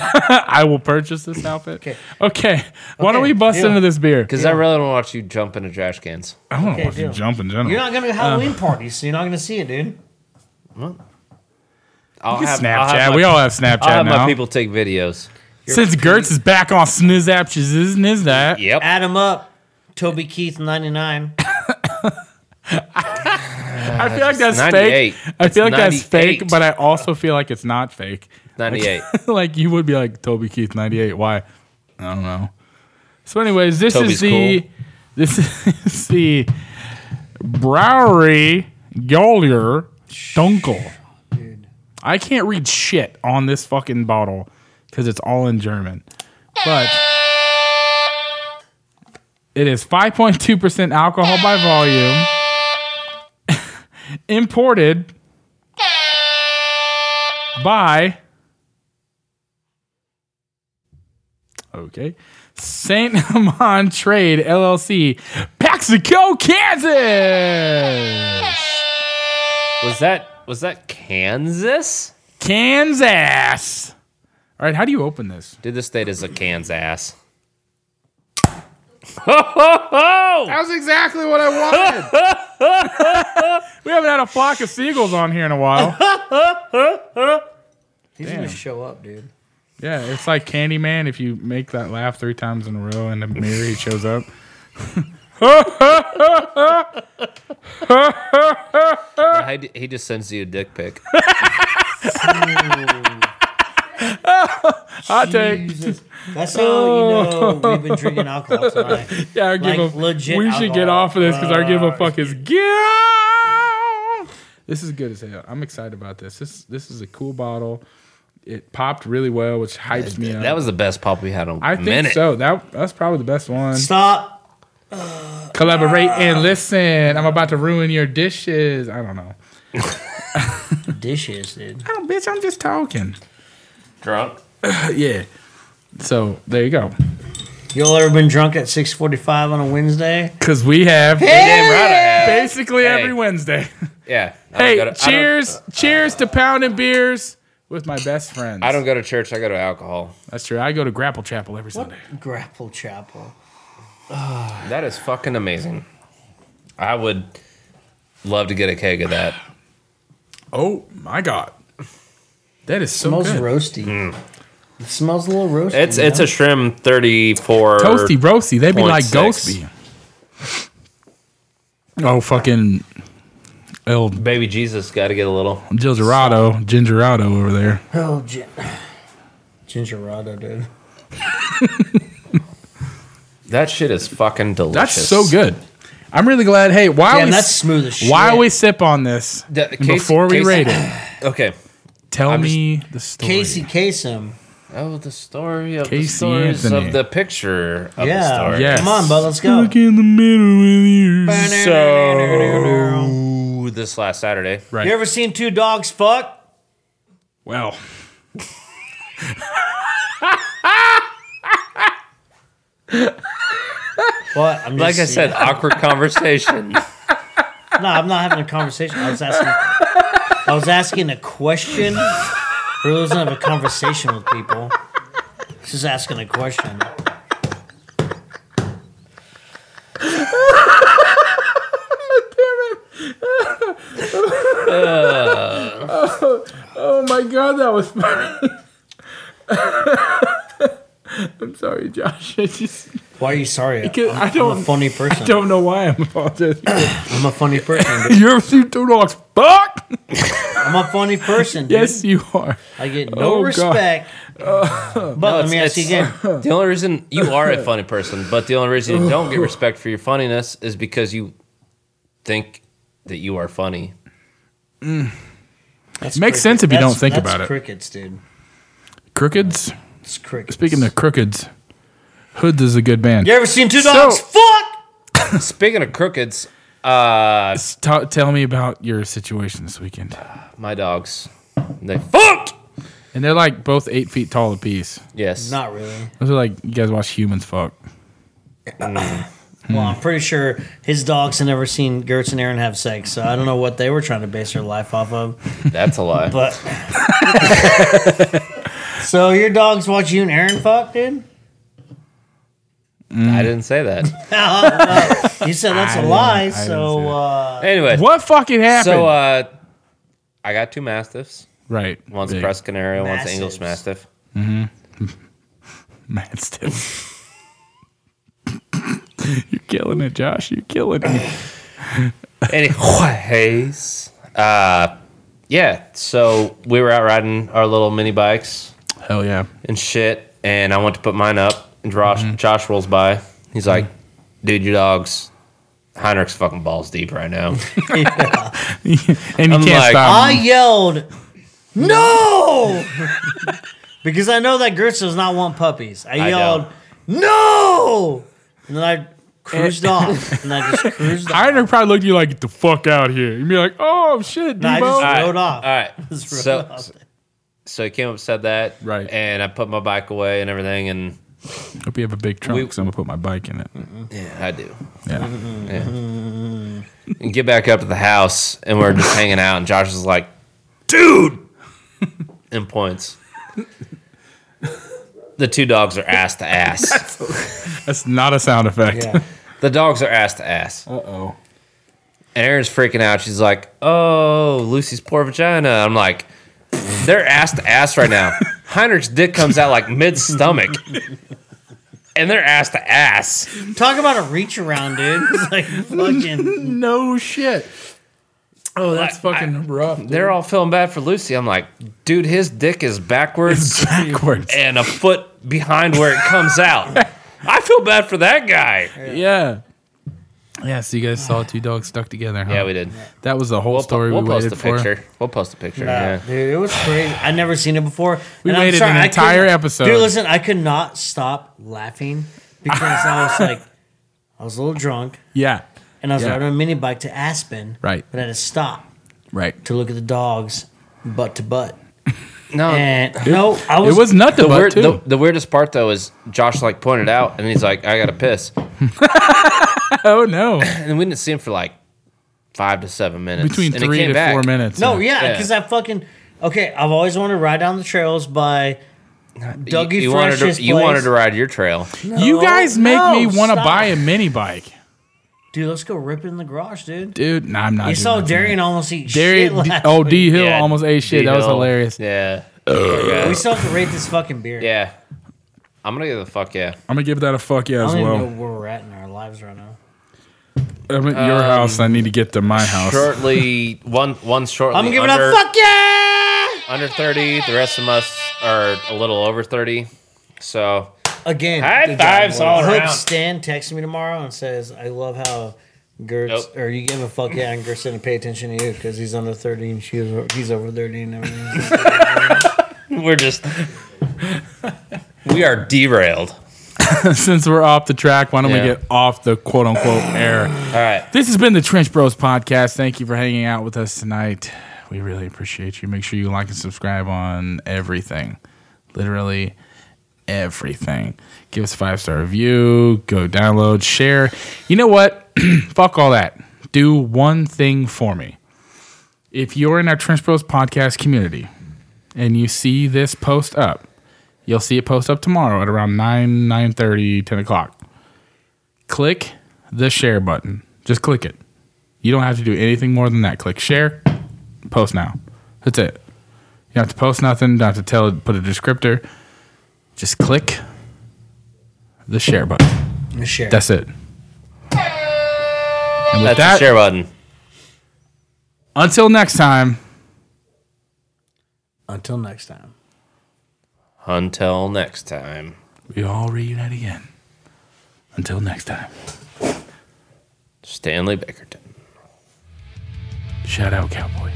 Speaker 1: I will purchase this outfit. Okay.
Speaker 2: Okay.
Speaker 1: Why don't we
Speaker 2: Okay,
Speaker 1: bust
Speaker 2: deal.
Speaker 1: into this beer?
Speaker 3: because I really don't watch you jump into trash cans.
Speaker 1: I don't
Speaker 2: Okay,
Speaker 1: want you
Speaker 2: deal.
Speaker 1: to jump in general.
Speaker 2: You're not gonna go to Halloween
Speaker 1: Uh.
Speaker 2: parties, so you're not gonna see it, dude.
Speaker 3: I'll
Speaker 1: You
Speaker 3: have
Speaker 1: Snapchat.
Speaker 3: I'll have my,
Speaker 1: we all have Snapchat
Speaker 3: I'll have
Speaker 1: now.
Speaker 3: my people take videos.
Speaker 1: Since Gertz is back on Snizapches, isn't is that?
Speaker 3: Yep.
Speaker 2: Add 'em up. Toby Keith, 99.
Speaker 1: I feel like that's
Speaker 3: 98.
Speaker 1: fake. I feel like
Speaker 3: It's
Speaker 1: that's fake,
Speaker 3: 98.
Speaker 1: but I also feel like it's not fake.
Speaker 3: Ninety-eight.
Speaker 1: like you would be like Toby Keith ninety eight. Why? I don't know. So, anyways, this is
Speaker 3: Toby's
Speaker 1: the
Speaker 3: cool.
Speaker 1: this is the Browery Golier Dunkel. I can't read shit on this fucking bottle because it's all in German, but. It is 5.2% alcohol by volume. Imported by Okay. St. Amon Trade LLC, Paxico, Kansas.
Speaker 3: Was that was that Kansas?
Speaker 1: Kansas. All right, how do you open this?
Speaker 3: Dude, this state is a Kansas. Ho ho ho!
Speaker 1: That was exactly what I wanted. we haven't had a flock of seagulls on here in a while.
Speaker 2: He's gonna show up, dude.
Speaker 1: Yeah, it's like Candyman. If you make that laugh three times in a row in the mirror, he shows up.
Speaker 3: I d- he just sends you a dick pic.
Speaker 1: Hot take.
Speaker 2: Jesus. That's how you know
Speaker 1: Oh.
Speaker 2: we've been drinking alcohol tonight.
Speaker 1: Yeah, our give
Speaker 2: Like,
Speaker 1: a,
Speaker 2: legit
Speaker 1: We should get
Speaker 2: alcohol.
Speaker 1: off of this because our give a fuck is gone. This is good as hell. I'm excited about this. This this is a cool bottle. It popped really well, which hypes me up.
Speaker 3: That was the best pop we had on
Speaker 1: I
Speaker 3: a
Speaker 1: think
Speaker 3: minute.
Speaker 1: so. That that's probably the best one.
Speaker 2: Stop.
Speaker 1: Collaborate and listen. I'm about to ruin your dishes. I don't know.
Speaker 2: Dishes, dude.
Speaker 1: Oh, bitch, I'm just talking.
Speaker 3: Drunk.
Speaker 1: Uh, yeah. So there you go.
Speaker 2: Y'all ever been drunk at 6:45 on a Wednesday?
Speaker 1: Because we have
Speaker 3: Damn right I have.
Speaker 1: basically
Speaker 3: Hey.
Speaker 1: every Wednesday.
Speaker 3: Yeah. I don't
Speaker 1: hey,
Speaker 3: go to- I don't-
Speaker 1: cheers. cheers to pounding beers with my best friends.
Speaker 3: I don't go to church. I go to alcohol.
Speaker 1: That's true. I go to Grapple Chapel every Sunday.
Speaker 2: Grapple Chapel.
Speaker 3: That is fucking amazing. I would love to get a keg of that.
Speaker 1: Oh my god, that is so
Speaker 2: smells
Speaker 1: good.
Speaker 2: roasty. It smells a little roasty.
Speaker 3: Hmm. It's
Speaker 2: you
Speaker 3: it's
Speaker 2: know?
Speaker 3: a shrimp thirty four.
Speaker 1: Toasty roasty. They be
Speaker 3: Point
Speaker 1: like ghost
Speaker 3: six.
Speaker 1: beer. Oh fucking El
Speaker 3: Baby Jesus got to get a little.
Speaker 1: Gilgerado, Gingerado over there.
Speaker 2: oh gin- gingerado, dude.
Speaker 3: That shit is fucking delicious.
Speaker 1: That's so good. I'm really glad. Hey, why
Speaker 2: Damn,
Speaker 1: we
Speaker 2: that's
Speaker 1: s-
Speaker 2: smooth as shit.
Speaker 1: why we sip on this
Speaker 3: The-
Speaker 1: before we
Speaker 3: Casey-
Speaker 1: rate it?
Speaker 3: Okay.
Speaker 1: Tell
Speaker 3: I'm just-
Speaker 1: me the story.
Speaker 2: Casey Kasem.
Speaker 3: Oh, the story of
Speaker 1: Casey
Speaker 3: the stories
Speaker 1: Anthony.
Speaker 3: of the picture of the
Speaker 2: Yeah.
Speaker 3: story.
Speaker 1: Yes.
Speaker 2: Come on, bud. Let's go.
Speaker 1: Look in the middle with you.
Speaker 2: So-
Speaker 3: Ooh, this last Saturday.
Speaker 1: Right.
Speaker 2: You ever seen two dogs fuck?
Speaker 1: Well,
Speaker 2: What? I'm just
Speaker 3: Like I said,
Speaker 2: saying.
Speaker 3: awkward conversation.
Speaker 2: no, I'm not having a conversation. I was asking. I was asking a question. Really doesn't have a conversation with people. Just asking a question.
Speaker 1: oh my god, that was funny. I'm sorry, Josh. I just
Speaker 2: Why are you sorry?
Speaker 1: Because
Speaker 2: I'm,
Speaker 1: I
Speaker 2: am
Speaker 1: don't-
Speaker 2: a funny person.
Speaker 1: I don't know why I'm apologizing.
Speaker 2: I'm a funny person. dude.
Speaker 1: you ever seen two dogs? Fuck.
Speaker 2: I'm a funny person. Dude.
Speaker 1: Yes, you are.
Speaker 2: I get no
Speaker 1: Oh, God. Uh,
Speaker 2: respect. But let me ask you
Speaker 3: it's-
Speaker 2: again.
Speaker 3: The only reason you are a funny person, but the only reason you don't get respect for your funniness is because you think that you are funny.
Speaker 2: That's
Speaker 1: Makes sense if you don't think
Speaker 2: that's
Speaker 1: about it.
Speaker 2: Crickets, dude.
Speaker 1: Crookeds.
Speaker 2: It's crickets.
Speaker 1: Speaking of crookeds, Hood is a good band.
Speaker 2: you ever seen two
Speaker 1: So-
Speaker 2: dogs fuck?
Speaker 3: Speaking of crookeds,
Speaker 1: S- ta- tell me about your situation this weekend.
Speaker 3: my dogs, they fucked.
Speaker 1: And they're like both eight feet tall apiece.
Speaker 3: Yes.
Speaker 2: Not really.
Speaker 1: Those are like you guys watch humans fuck. Hmm.
Speaker 2: Well, I'm pretty sure his dogs had never seen Gertz and Aaron have sex, so I don't know what they were trying to base their life off of.
Speaker 3: That's a lie.
Speaker 2: But so your dogs watch you and Aaron fuck, dude?
Speaker 3: I didn't say that.
Speaker 2: You said that's a
Speaker 1: didn't- I
Speaker 2: lie.
Speaker 1: didn't Um,
Speaker 2: So
Speaker 1: say that.
Speaker 2: uh,
Speaker 3: Anyway,
Speaker 1: What fucking happened?
Speaker 3: so uh, I got two mastiffs.
Speaker 1: right.
Speaker 3: One's a
Speaker 1: Big.
Speaker 3: Press Canario, one's an
Speaker 2: Mastiffs.
Speaker 3: English Mastiff.
Speaker 1: Man, still. You're killing it, Josh. You're killing it.
Speaker 3: Anyways, uh, yeah. So we were out riding our little mini bikes
Speaker 1: Hell yeah.
Speaker 3: and shit, and I went to put mine up, and Josh,
Speaker 1: Mm-hmm.
Speaker 3: Josh rolls by. He's like, "Dude, your dog's Heinrich's fucking balls deep right now."
Speaker 1: And you
Speaker 3: I'm
Speaker 1: can't
Speaker 3: like,
Speaker 1: stop.
Speaker 2: I
Speaker 1: him.
Speaker 2: yelled, "No!" because I know that Gertz does not want puppies. I
Speaker 3: don't.
Speaker 2: yelled, "No!" And then I cruised off, and I just cruised off.
Speaker 1: Iron probably looked at you like, get the fuck out here. You'd be like, oh, shit, Debo."
Speaker 2: I just-
Speaker 3: All
Speaker 2: Rode
Speaker 3: right,
Speaker 2: off.
Speaker 3: All right.
Speaker 2: Just rode
Speaker 3: so,
Speaker 2: off.
Speaker 3: so he came up, said that,
Speaker 1: Right.
Speaker 3: And I put my bike away and everything, and
Speaker 1: Hope you have a big trunk
Speaker 3: We-
Speaker 1: 'cause I'm gonna put my bike in it.
Speaker 3: Yeah, I do.
Speaker 1: Yeah.
Speaker 3: Yeah. And get back up to the house, and we're just hanging out, and Josh is like, dude, and points. The two dogs are ass to ass.
Speaker 1: That's not a sound effect.
Speaker 5: Yeah.
Speaker 3: The dogs are ass to ass.
Speaker 1: Uh oh.
Speaker 3: And Erin's freaking out. She's like, "Oh, Lucy's poor vagina." I'm like, "They're ass to ass right now." Heinrich's dick comes out like mid stomach, and they're ass to ass.
Speaker 2: Talk about a reach around, dude. It's like fucking.
Speaker 1: No shit. Oh, that's
Speaker 3: Like,
Speaker 1: fucking rough. dude.
Speaker 3: They're all feeling bad for Lucy. I'm like, "Dude, his dick is
Speaker 1: It's
Speaker 3: backwards
Speaker 1: backwards.
Speaker 3: and a foot behind where it comes out." I feel bad for that guy.
Speaker 1: Yeah. Yeah. So you guys saw two dogs stuck together, huh?
Speaker 3: Yeah, we did.
Speaker 1: That was the whole
Speaker 3: We'll, po-
Speaker 1: story we
Speaker 3: we'll post
Speaker 1: waited
Speaker 3: a
Speaker 1: for.
Speaker 3: picture. We'll post a picture.
Speaker 5: Yeah,
Speaker 3: Yeah.
Speaker 5: dude, it was crazy.
Speaker 2: I've never seen it before.
Speaker 1: We
Speaker 2: and I'm
Speaker 1: waited an
Speaker 2: I
Speaker 1: entire
Speaker 2: couldn't-
Speaker 1: episode.
Speaker 2: Dude, listen, I could not stop laughing because I was like, I was a little drunk
Speaker 1: Yeah.
Speaker 2: and I was
Speaker 1: Yeah.
Speaker 2: riding a mini bike to Aspen.
Speaker 1: Right.
Speaker 2: But I had to stop
Speaker 1: Right.
Speaker 2: to look at the dogs butt to butt.
Speaker 3: No,
Speaker 2: And no, I was.
Speaker 1: it was nut to
Speaker 3: the,
Speaker 1: butt
Speaker 3: weird,
Speaker 1: too.
Speaker 3: the, the weirdest part though is Josh like pointed out, and he's like, "I gotta piss,"
Speaker 1: oh no!
Speaker 3: and we didn't see him for like five to seven minutes.
Speaker 1: Between
Speaker 3: and he
Speaker 1: three
Speaker 3: came
Speaker 1: to
Speaker 3: back.
Speaker 1: four minutes. yeah.
Speaker 2: No, yeah,
Speaker 3: Yeah.
Speaker 2: because I fucking. Okay, I've always wanted to ride down the trails by
Speaker 3: You-
Speaker 2: Dougie
Speaker 3: you, wanted
Speaker 2: Fresh's
Speaker 3: to, you
Speaker 2: place.
Speaker 3: wanted to ride your trail.
Speaker 1: you guys make
Speaker 2: Oh, no,
Speaker 1: me want to
Speaker 2: stop.
Speaker 1: buy a mini bike,
Speaker 2: Dude, let's go rip it in the garage, dude.
Speaker 1: dude. Nah, I'm not.
Speaker 2: you
Speaker 1: doing
Speaker 2: saw
Speaker 1: that.
Speaker 2: Darian almost eat shit.
Speaker 1: Darian, D-
Speaker 2: last
Speaker 1: oh
Speaker 2: week.
Speaker 1: D Hill
Speaker 3: Yeah,
Speaker 1: almost ate shit. That was
Speaker 3: D-Hill.
Speaker 1: hilarious.
Speaker 3: Yeah,
Speaker 2: We still have to rate this fucking beer.
Speaker 3: yeah. I'm gonna get the fuck yeah.
Speaker 1: I'm gonna give that a fuck yeah
Speaker 2: I
Speaker 1: as
Speaker 2: don't
Speaker 1: well.
Speaker 2: even know where we're at in our lives right now.
Speaker 1: I'm at your house. I need to get to my house.
Speaker 3: Shortly, one one shortly.
Speaker 2: I'm giving
Speaker 3: under,
Speaker 2: a fuck yeah
Speaker 3: under thirty. The rest of us are a little over thirty. So
Speaker 2: again.
Speaker 3: High
Speaker 2: good
Speaker 3: fives
Speaker 2: boys.
Speaker 3: all
Speaker 2: Hope
Speaker 3: around.
Speaker 2: Stan texts me tomorrow and says, "I love how Gertz
Speaker 3: Nope.
Speaker 2: or you give a fuck yeah and Gertz didn't pay attention to you because he's under thirty and she's he's over thirty and everything."
Speaker 3: we're just we are derailed.
Speaker 1: Since we're off the track, why don't we
Speaker 3: Yeah.
Speaker 1: get off the quote unquote air?
Speaker 3: All right.
Speaker 1: This has been the Trench Bros podcast. Thank you for hanging out with us tonight. We really appreciate you. Make sure you like and subscribe on everything. Literally everything. Give us a five star review, go download, share. You know what? Fuck all that. Do one thing for me. If you're in our Trench Bros podcast community and you see this post up, you'll see it post up tomorrow at around 9, 9 10 o'clock click the share button. Just click it. You don't have to do anything more than that. Click share, post now. That's it. You don't have to post nothing. Don't have to tell it, put a descriptor. Just click the share button.
Speaker 2: Share.
Speaker 1: That's it. And with
Speaker 3: That's
Speaker 1: that,
Speaker 3: the share button.
Speaker 1: until next time,
Speaker 2: Until next time.
Speaker 3: Until next time.
Speaker 1: we all reunite again. Until next time,
Speaker 3: Stanley Bickerton.
Speaker 1: shout out, cowboy.